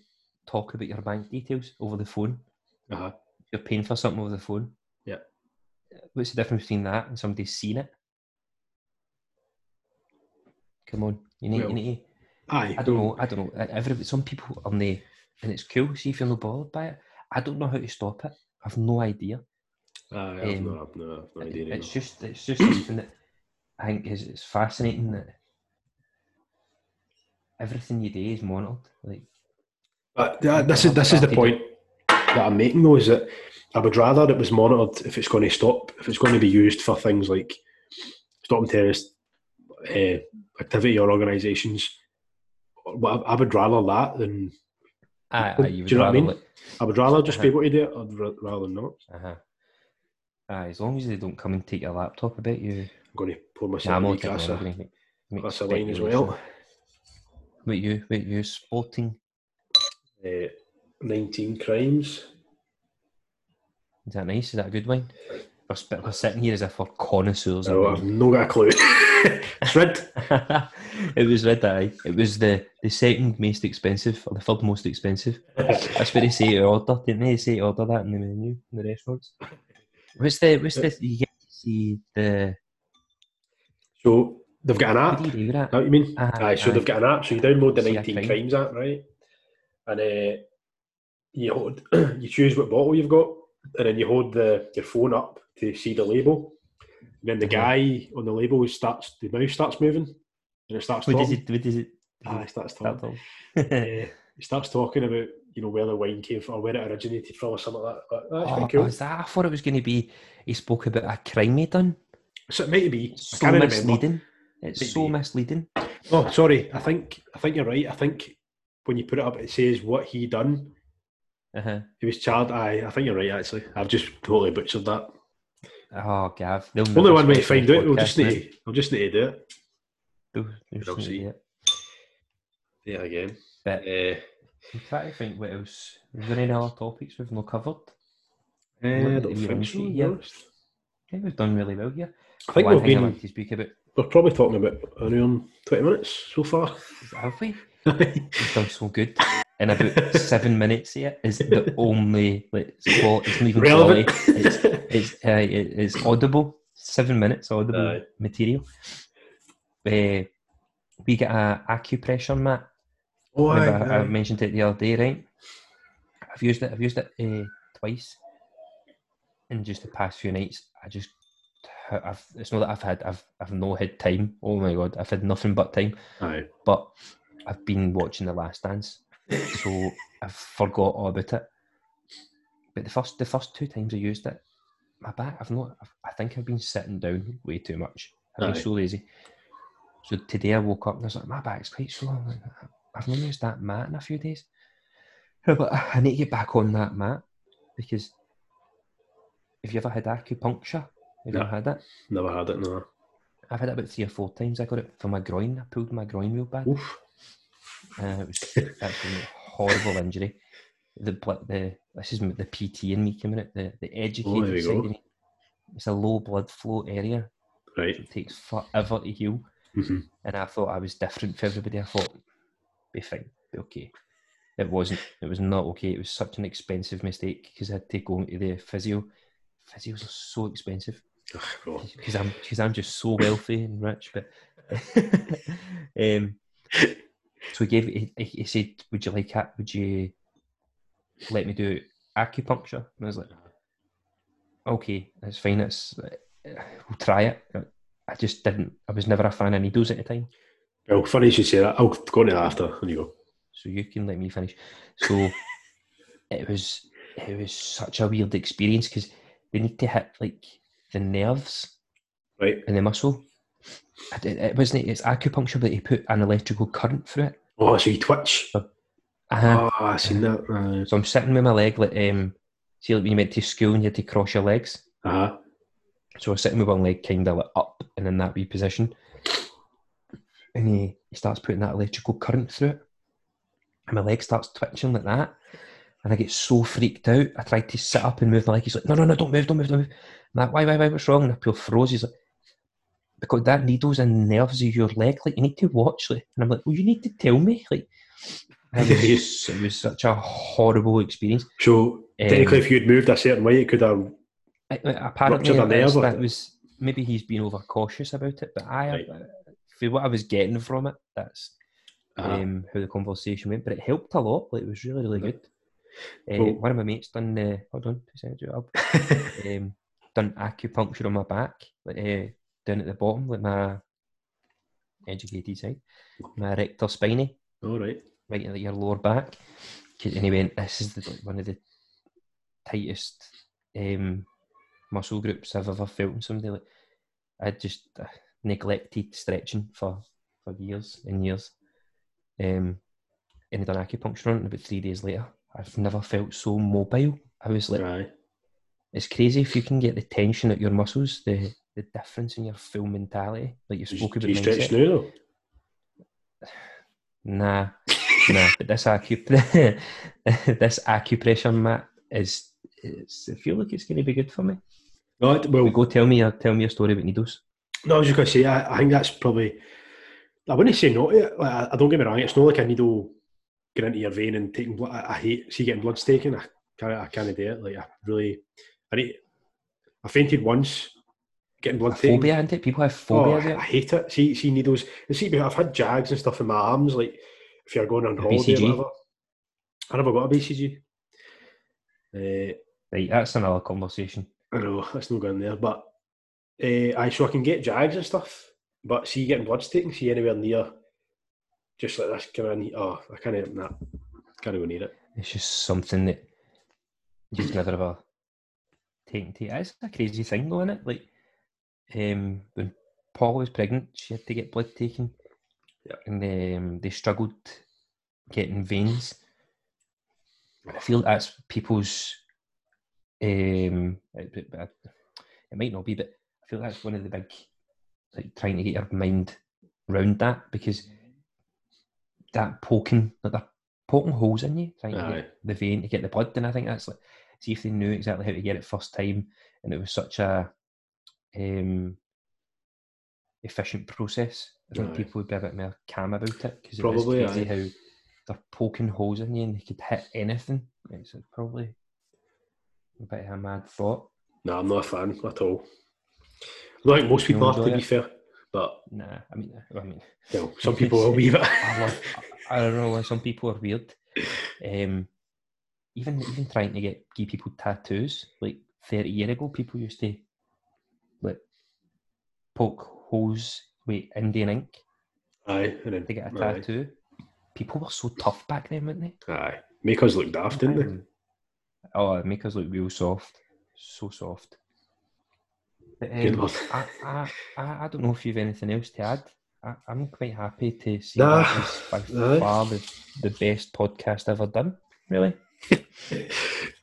Speaker 2: talk about your bank details over the phone,
Speaker 1: Uh-huh.
Speaker 2: you're paying for something over the phone.
Speaker 1: Yeah.
Speaker 2: What's the difference between that and somebody seeing it? Come on, you need,
Speaker 1: Well,
Speaker 2: you need.
Speaker 1: Aye.
Speaker 2: I don't know. I don't know. E, Every some people on the and it's cool. See if you're not bothered by it. I don't know how to stop it. I've no idea.
Speaker 1: Aye, I've
Speaker 2: Um,
Speaker 1: no, I've no, I've no
Speaker 2: It-
Speaker 1: idea. anymore.
Speaker 2: it's just it's just something that I think is it's fascinating that everything you do is monitored. Like
Speaker 1: But uh, this is this is the point. that I'm making though is that I would rather it was monitored if it's going to stop, if it's going to be used for things like stopping terrorist uh, activity or organisations. Well, I I would rather that than
Speaker 2: Aye,
Speaker 1: Do
Speaker 2: aye, you
Speaker 1: you
Speaker 2: would
Speaker 1: know what I
Speaker 2: rather
Speaker 1: mean?
Speaker 2: look-
Speaker 1: I would rather just be able to do it I'd ra- rather than not.
Speaker 2: Uh-huh. Aye, as long as they don't come and take your laptop about you.
Speaker 1: I'm going to pour
Speaker 2: Nah,
Speaker 1: myself
Speaker 2: I'm
Speaker 1: a
Speaker 2: only
Speaker 1: wee
Speaker 2: kidding,
Speaker 1: glass
Speaker 2: I'm
Speaker 1: of,
Speaker 2: gonna make- make
Speaker 1: glass of wine as
Speaker 2: speculation.
Speaker 1: well.
Speaker 2: What you, what you, sporting?
Speaker 1: Uh, 19 crimes.
Speaker 2: Is that nice? Is that a good wine? We're, sp- we're sitting here as if we're connoisseurs. in
Speaker 1: No, I've
Speaker 2: wine.
Speaker 1: no got a clue. it's red.
Speaker 2: it was red eye. It was the, the second most expensive, or the third most expensive. That's what they say to order, didn't they? They say to order that in the menu in the restaurants. What's the what's the you get to see the
Speaker 1: So they've got an
Speaker 2: what
Speaker 1: app.
Speaker 2: do
Speaker 1: Is
Speaker 2: you do with
Speaker 1: that
Speaker 2: that?
Speaker 1: what you mean?
Speaker 2: Aye,
Speaker 1: Aye, so
Speaker 2: aye.
Speaker 1: they've got an app. So you download the
Speaker 2: See a
Speaker 1: 19
Speaker 2: crime.
Speaker 1: Crimes app, right? And uh, you hold, you choose what bottle you've got, and then you hold the your phone up to see the label. And then the
Speaker 2: Mhm.
Speaker 1: guy on the label starts, the mouse starts moving, and it starts
Speaker 2: What
Speaker 1: talking.
Speaker 2: is it? What is it?
Speaker 1: Aye, it starts talking.
Speaker 2: That all.
Speaker 1: Uh, he starts talking about you know where the wine came from or where it originated from or something like that. But That's
Speaker 2: Oh,
Speaker 1: pretty cool.
Speaker 2: is that? I thought it was going to be. He spoke about a ah, crime he done.
Speaker 1: So it might be. I
Speaker 2: So
Speaker 1: can't remember.
Speaker 2: misleading. It's so
Speaker 1: Maybe.
Speaker 2: misleading.
Speaker 1: Oh, sorry. I think I think you're right. I think when you put it up, it says what he done.
Speaker 2: Uh-huh.
Speaker 1: He was charged. I I think you're right. Actually, I've just totally butchered that.
Speaker 2: Oh, Gav. they'll
Speaker 1: Only
Speaker 2: never
Speaker 1: one way to
Speaker 2: sponsor
Speaker 1: find
Speaker 2: this
Speaker 1: out. We'll
Speaker 2: podcast
Speaker 1: just
Speaker 2: now.
Speaker 1: need. To, we'll just need to do it.
Speaker 2: They'll- they'll
Speaker 1: They'll
Speaker 2: just need
Speaker 1: see.
Speaker 2: it.
Speaker 1: Yeah, again.
Speaker 2: But
Speaker 1: Uh,
Speaker 2: I'm trying to think what else. Is there any other topics we've not covered?
Speaker 1: I
Speaker 2: at
Speaker 1: don't
Speaker 2: uh, the
Speaker 1: think
Speaker 2: website,
Speaker 1: so, to be
Speaker 2: yeah.
Speaker 1: honest.
Speaker 2: I think we've done really well here.
Speaker 1: I think
Speaker 2: One
Speaker 1: we've
Speaker 2: thing I
Speaker 1: been.
Speaker 2: like to speak about.
Speaker 1: We're probably talking about an hour and twenty minutes so far.
Speaker 2: Have we? We've done so good. In about seven minutes here is the only like, it's qual- it's not even
Speaker 1: Relevant.
Speaker 2: quality. It's, it's, uh, it- it's audible. Seven minutes audible
Speaker 1: Aye.
Speaker 2: material. Uh, we get a acupressure mat.
Speaker 1: Oh, aye,
Speaker 2: Remember, I, I
Speaker 1: aye.
Speaker 2: mentioned it the other day, right? I've used it. I've used it uh, twice in just the past few nights. I just, I've. It's not that I've had. I've. I've no had time. Oh my god, I've had nothing but time.
Speaker 1: aye.
Speaker 2: But I've been watching The Last Dance, so I've forgot all about it. But the first, the first two times I used it, my back. I've not. I've, I think I've been sitting down way too much. I've
Speaker 1: Aye.
Speaker 2: been so lazy. So today I woke up and I was like, my back's quite sore. I'm like, I've not used that mat in a few days. I was like, "Ah, I need to get back on that mat because if you ever had acupuncture, have you
Speaker 1: No.
Speaker 2: ever had it?
Speaker 1: Never had it. No.
Speaker 2: I've had it about three or four times. I got it for my groin. I pulled my groin real bad.
Speaker 1: Oof.
Speaker 2: Uh, it was actually a horrible injury. The bl- the this is the PT in me coming out. The the
Speaker 1: Oh, there we
Speaker 2: educated side.
Speaker 1: go.
Speaker 2: Of me. It's a low blood flow area.
Speaker 1: Right.
Speaker 2: It takes forever to heal.
Speaker 1: hmm
Speaker 2: And I thought I was different for everybody. I thought be fine, be okay. It wasn't. It was not okay. It was such an expensive mistake because I had to go into the physio. Physios are so expensive because I'm because I'm just so wealthy and rich. But um, so he gave he, he- he said, "Would you like that? Would you let me do acupuncture?" And I was like, "Okay, that's fine. That's uh, we'll try it." I just didn't. I was never a fan of needles at the time,
Speaker 1: Well, funny you should say that. I'll go on to that after. And you go.
Speaker 2: so you can let me finish. So it was it was such a weird experience because they need to hit like the nerves
Speaker 1: Right.
Speaker 2: in the muscle. I did- It wasn't. It's acupuncture, but he put an electrical current through it.
Speaker 1: Oh, so you twitch.
Speaker 2: Uh-huh.
Speaker 1: oh, I seen that.
Speaker 2: So I'm sitting with my leg like um, see like when you went to school and you had to cross your legs.
Speaker 1: Uh huh.
Speaker 2: So I was sitting with one leg kind of like up and in that wee position, and he, he starts putting that electrical current through it, and my leg starts twitching like that, and I get so freaked out. I tried to sit up and move my leg. He's like, "No, no, no, don't move, don't move, don't move." I'm like, "Why, why, why? What's wrong?" And I feel froze. He's like, "Because that needle's in the nerves of your leg. Like you need to watch." Like, and I'm like, "Well, you need to tell me." Like, it was, it was such a horrible experience.
Speaker 1: So
Speaker 2: Um,
Speaker 1: technically, if you'd moved a certain way, it could have.
Speaker 2: I- I- apparently
Speaker 1: Ruptured a
Speaker 2: that's-
Speaker 1: nerve or-
Speaker 2: that was maybe he's been overcautious about it, but I, uh,
Speaker 1: Right.
Speaker 2: for what I was getting from it, that's
Speaker 1: uh-huh.
Speaker 2: um, how the conversation went. But it helped a lot. Like, it was really, really
Speaker 1: Yeah.
Speaker 2: good. Uh,
Speaker 1: Well-
Speaker 2: one of my mates done. Uh, hold on, two seconds. I'll um, done acupuncture on my back, like, uh, down at the bottom, like my educated side, my rector spiny,
Speaker 1: All right.
Speaker 2: right at your lower back. 'Cause- And he went, "This is the, one of the tightest um, muscle groups I've ever felt in somebody. Like I just uh, neglected stretching for, for years and years. Um, and I done acupuncture on it about three days later. I've never felt so mobile. I was like,
Speaker 1: Aye.
Speaker 2: it's crazy if you can get the tension at your muscles, the, the difference in your full mentality. Like you
Speaker 1: Do
Speaker 2: spoke
Speaker 1: you, do
Speaker 2: about
Speaker 1: you stretch
Speaker 2: mindset.
Speaker 1: now though?
Speaker 2: Nah, nah. But this acup- this acupressure mat is. It's, I feel like it's going to be good for me.
Speaker 1: No, it- well,
Speaker 2: Go tell me your tell me your story about needles.
Speaker 1: No, I was just going to say, I, I think that's probably. I wouldn't say no to it. Like, I, I don't get me wrong. It's not like I need to get into your vein and taking blood. I, I hate see getting bloods taken. I can't. I can't do it. Like I really. I need. I fainted once. Getting blood taken.
Speaker 2: Phobia, isn't it? People have
Speaker 1: Oh,
Speaker 2: phobia. of
Speaker 1: I,
Speaker 2: it.
Speaker 1: I hate it. See, see needles. And see, I've had jags and stuff in my arms. Like if you're going on
Speaker 2: A
Speaker 1: holiday
Speaker 2: BCG?
Speaker 1: or whatever. I never got a BCG. Uh,
Speaker 2: Right, that's another conversation.
Speaker 1: I know that's no going there, but uh, I so I can get jags and stuff, but see getting bloods taken, see anywhere near, just like this kind of oh I can't nah, can't even need it.
Speaker 2: It's just something that you've never ever taken to. It's a crazy thing, though, isn't it? Like um, when Paul was pregnant, she had to get blood taken,
Speaker 1: Yep.
Speaker 2: and um, they struggled getting veins. I feel that's people's. Um, it, it- it might not be, but I feel that's one of the big, like trying to get your mind round that because that poking, like they're poking holes in you, trying to
Speaker 1: Aye,
Speaker 2: get the vein to get the blood. And I think that's like, see if they knew exactly how to get it first time, and it was such a um, efficient process. I think
Speaker 1: Aye.
Speaker 2: people would be a bit more calm about it because
Speaker 1: Probably,
Speaker 2: it is crazy how they're poking holes in you and they could hit anything. It's uh, probably a bit of a mad thought.
Speaker 1: nah, I'm not a fan at all. I don't think most people
Speaker 2: No,
Speaker 1: are to
Speaker 2: enjoy
Speaker 1: be
Speaker 2: it.
Speaker 1: fair, but
Speaker 2: Nah, I mean, I mean,
Speaker 1: you know, some people will be. But
Speaker 2: I love. I don't know. like, Some people are weird. Um, even even trying to get give people tattoos like thirty year ago, people used to like poke holes with Indian ink
Speaker 1: aye, and then
Speaker 2: to get a
Speaker 1: aye,
Speaker 2: tattoo. People were so tough back then, weren't they?
Speaker 1: aye, make us look daft, didn't they?
Speaker 2: Um, Oh, it make us look real soft, so soft. But, um,
Speaker 1: Good lord.
Speaker 2: I, I, I, I don't know if you've anything else to add. I, I'm quite happy to see
Speaker 1: Nah,
Speaker 2: that this by
Speaker 1: aye.
Speaker 2: far the, the best podcast ever done. Really,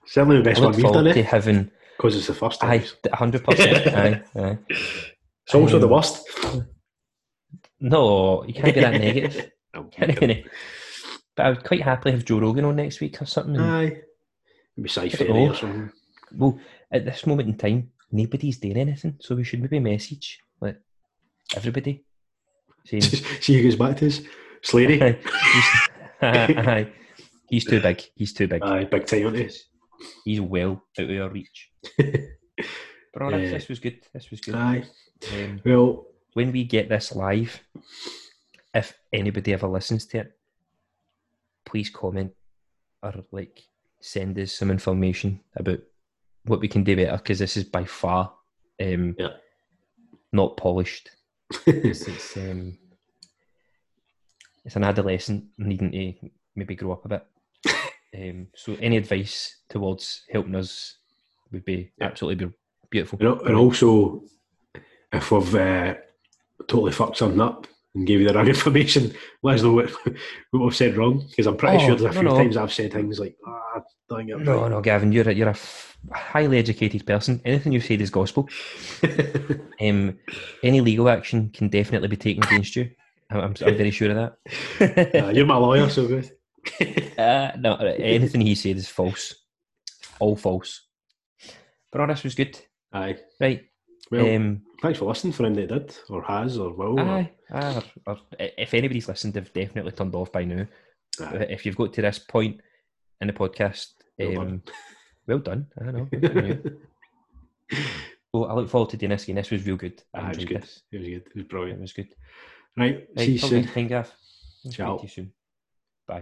Speaker 1: Certainly the
Speaker 2: I
Speaker 1: best one
Speaker 2: look
Speaker 1: we've done
Speaker 2: forward to
Speaker 1: it
Speaker 2: having
Speaker 1: because it's the first time.
Speaker 2: aye, hundred percent. Aye, aye.
Speaker 1: It's also the
Speaker 2: um,
Speaker 1: worst.
Speaker 2: No, you can't be that negative.
Speaker 1: I'm
Speaker 2: Can't
Speaker 1: joking.
Speaker 2: even- but I would quite happily have Joe Rogan on next week or something. and-
Speaker 1: Aye, maybe sci-fi
Speaker 2: know.
Speaker 1: or something.
Speaker 2: Well, at this moment in time, nobody's doing anything, so we should maybe message like everybody saying
Speaker 1: See who goes back to us. Slady.
Speaker 2: he's, Aye. he's too big. He's too big.
Speaker 1: Aye, big time, aren't he?
Speaker 2: He's well out of our reach. But all right,
Speaker 1: Yeah.
Speaker 2: this was good. This was good.
Speaker 1: Aye.
Speaker 2: Um,
Speaker 1: Well,
Speaker 2: when we get this live, if anybody ever listens to it, please comment or like send us some information about what we can do better because this is by far um,
Speaker 1: Yeah.
Speaker 2: not polished. it's, it's, um, it's an adolescent needing to maybe grow up a bit. Um, so any advice towards helping us would be
Speaker 1: Yeah.
Speaker 2: absolutely be- beautiful.
Speaker 1: and, and also, if we've uh, totally fucked something up and gave you the wrong information, let us know what, what we've said wrong because I'm pretty
Speaker 2: Oh,
Speaker 1: sure there's a
Speaker 2: no,
Speaker 1: few
Speaker 2: no.
Speaker 1: times I've said things like, ah, dang it.
Speaker 2: No, no, Gavin, you're a, you're a f- highly educated person. Anything you've said is gospel. Um, any legal action can definitely be taken against you. I'm, I'm, I'm very sure of
Speaker 1: Aye,
Speaker 2: that.
Speaker 1: you're my lawyer, so good.
Speaker 2: uh, no, right, anything he said is false. All false. But all this was good.
Speaker 1: Aye.
Speaker 2: Right.
Speaker 1: Well,
Speaker 2: um,
Speaker 1: thanks for listening for him that did, or has, or will. or-
Speaker 2: aye, aye, or, or if anybody's listened, they've definitely turned off by now.
Speaker 1: aye.
Speaker 2: If you've got to this point in the podcast,
Speaker 1: Well done.
Speaker 2: um, well done. I know. well done you. Well, I look forward to doing this again. This was real good. I
Speaker 1: Aye, it was
Speaker 2: enjoyed
Speaker 1: good.
Speaker 2: this.
Speaker 1: It was good. It was
Speaker 2: It
Speaker 1: brilliant.
Speaker 2: was good.
Speaker 1: Right, see
Speaker 2: Right,
Speaker 1: you
Speaker 2: till next
Speaker 1: soon.
Speaker 2: time, Gav. Speak
Speaker 1: Ciao.
Speaker 2: to you soon.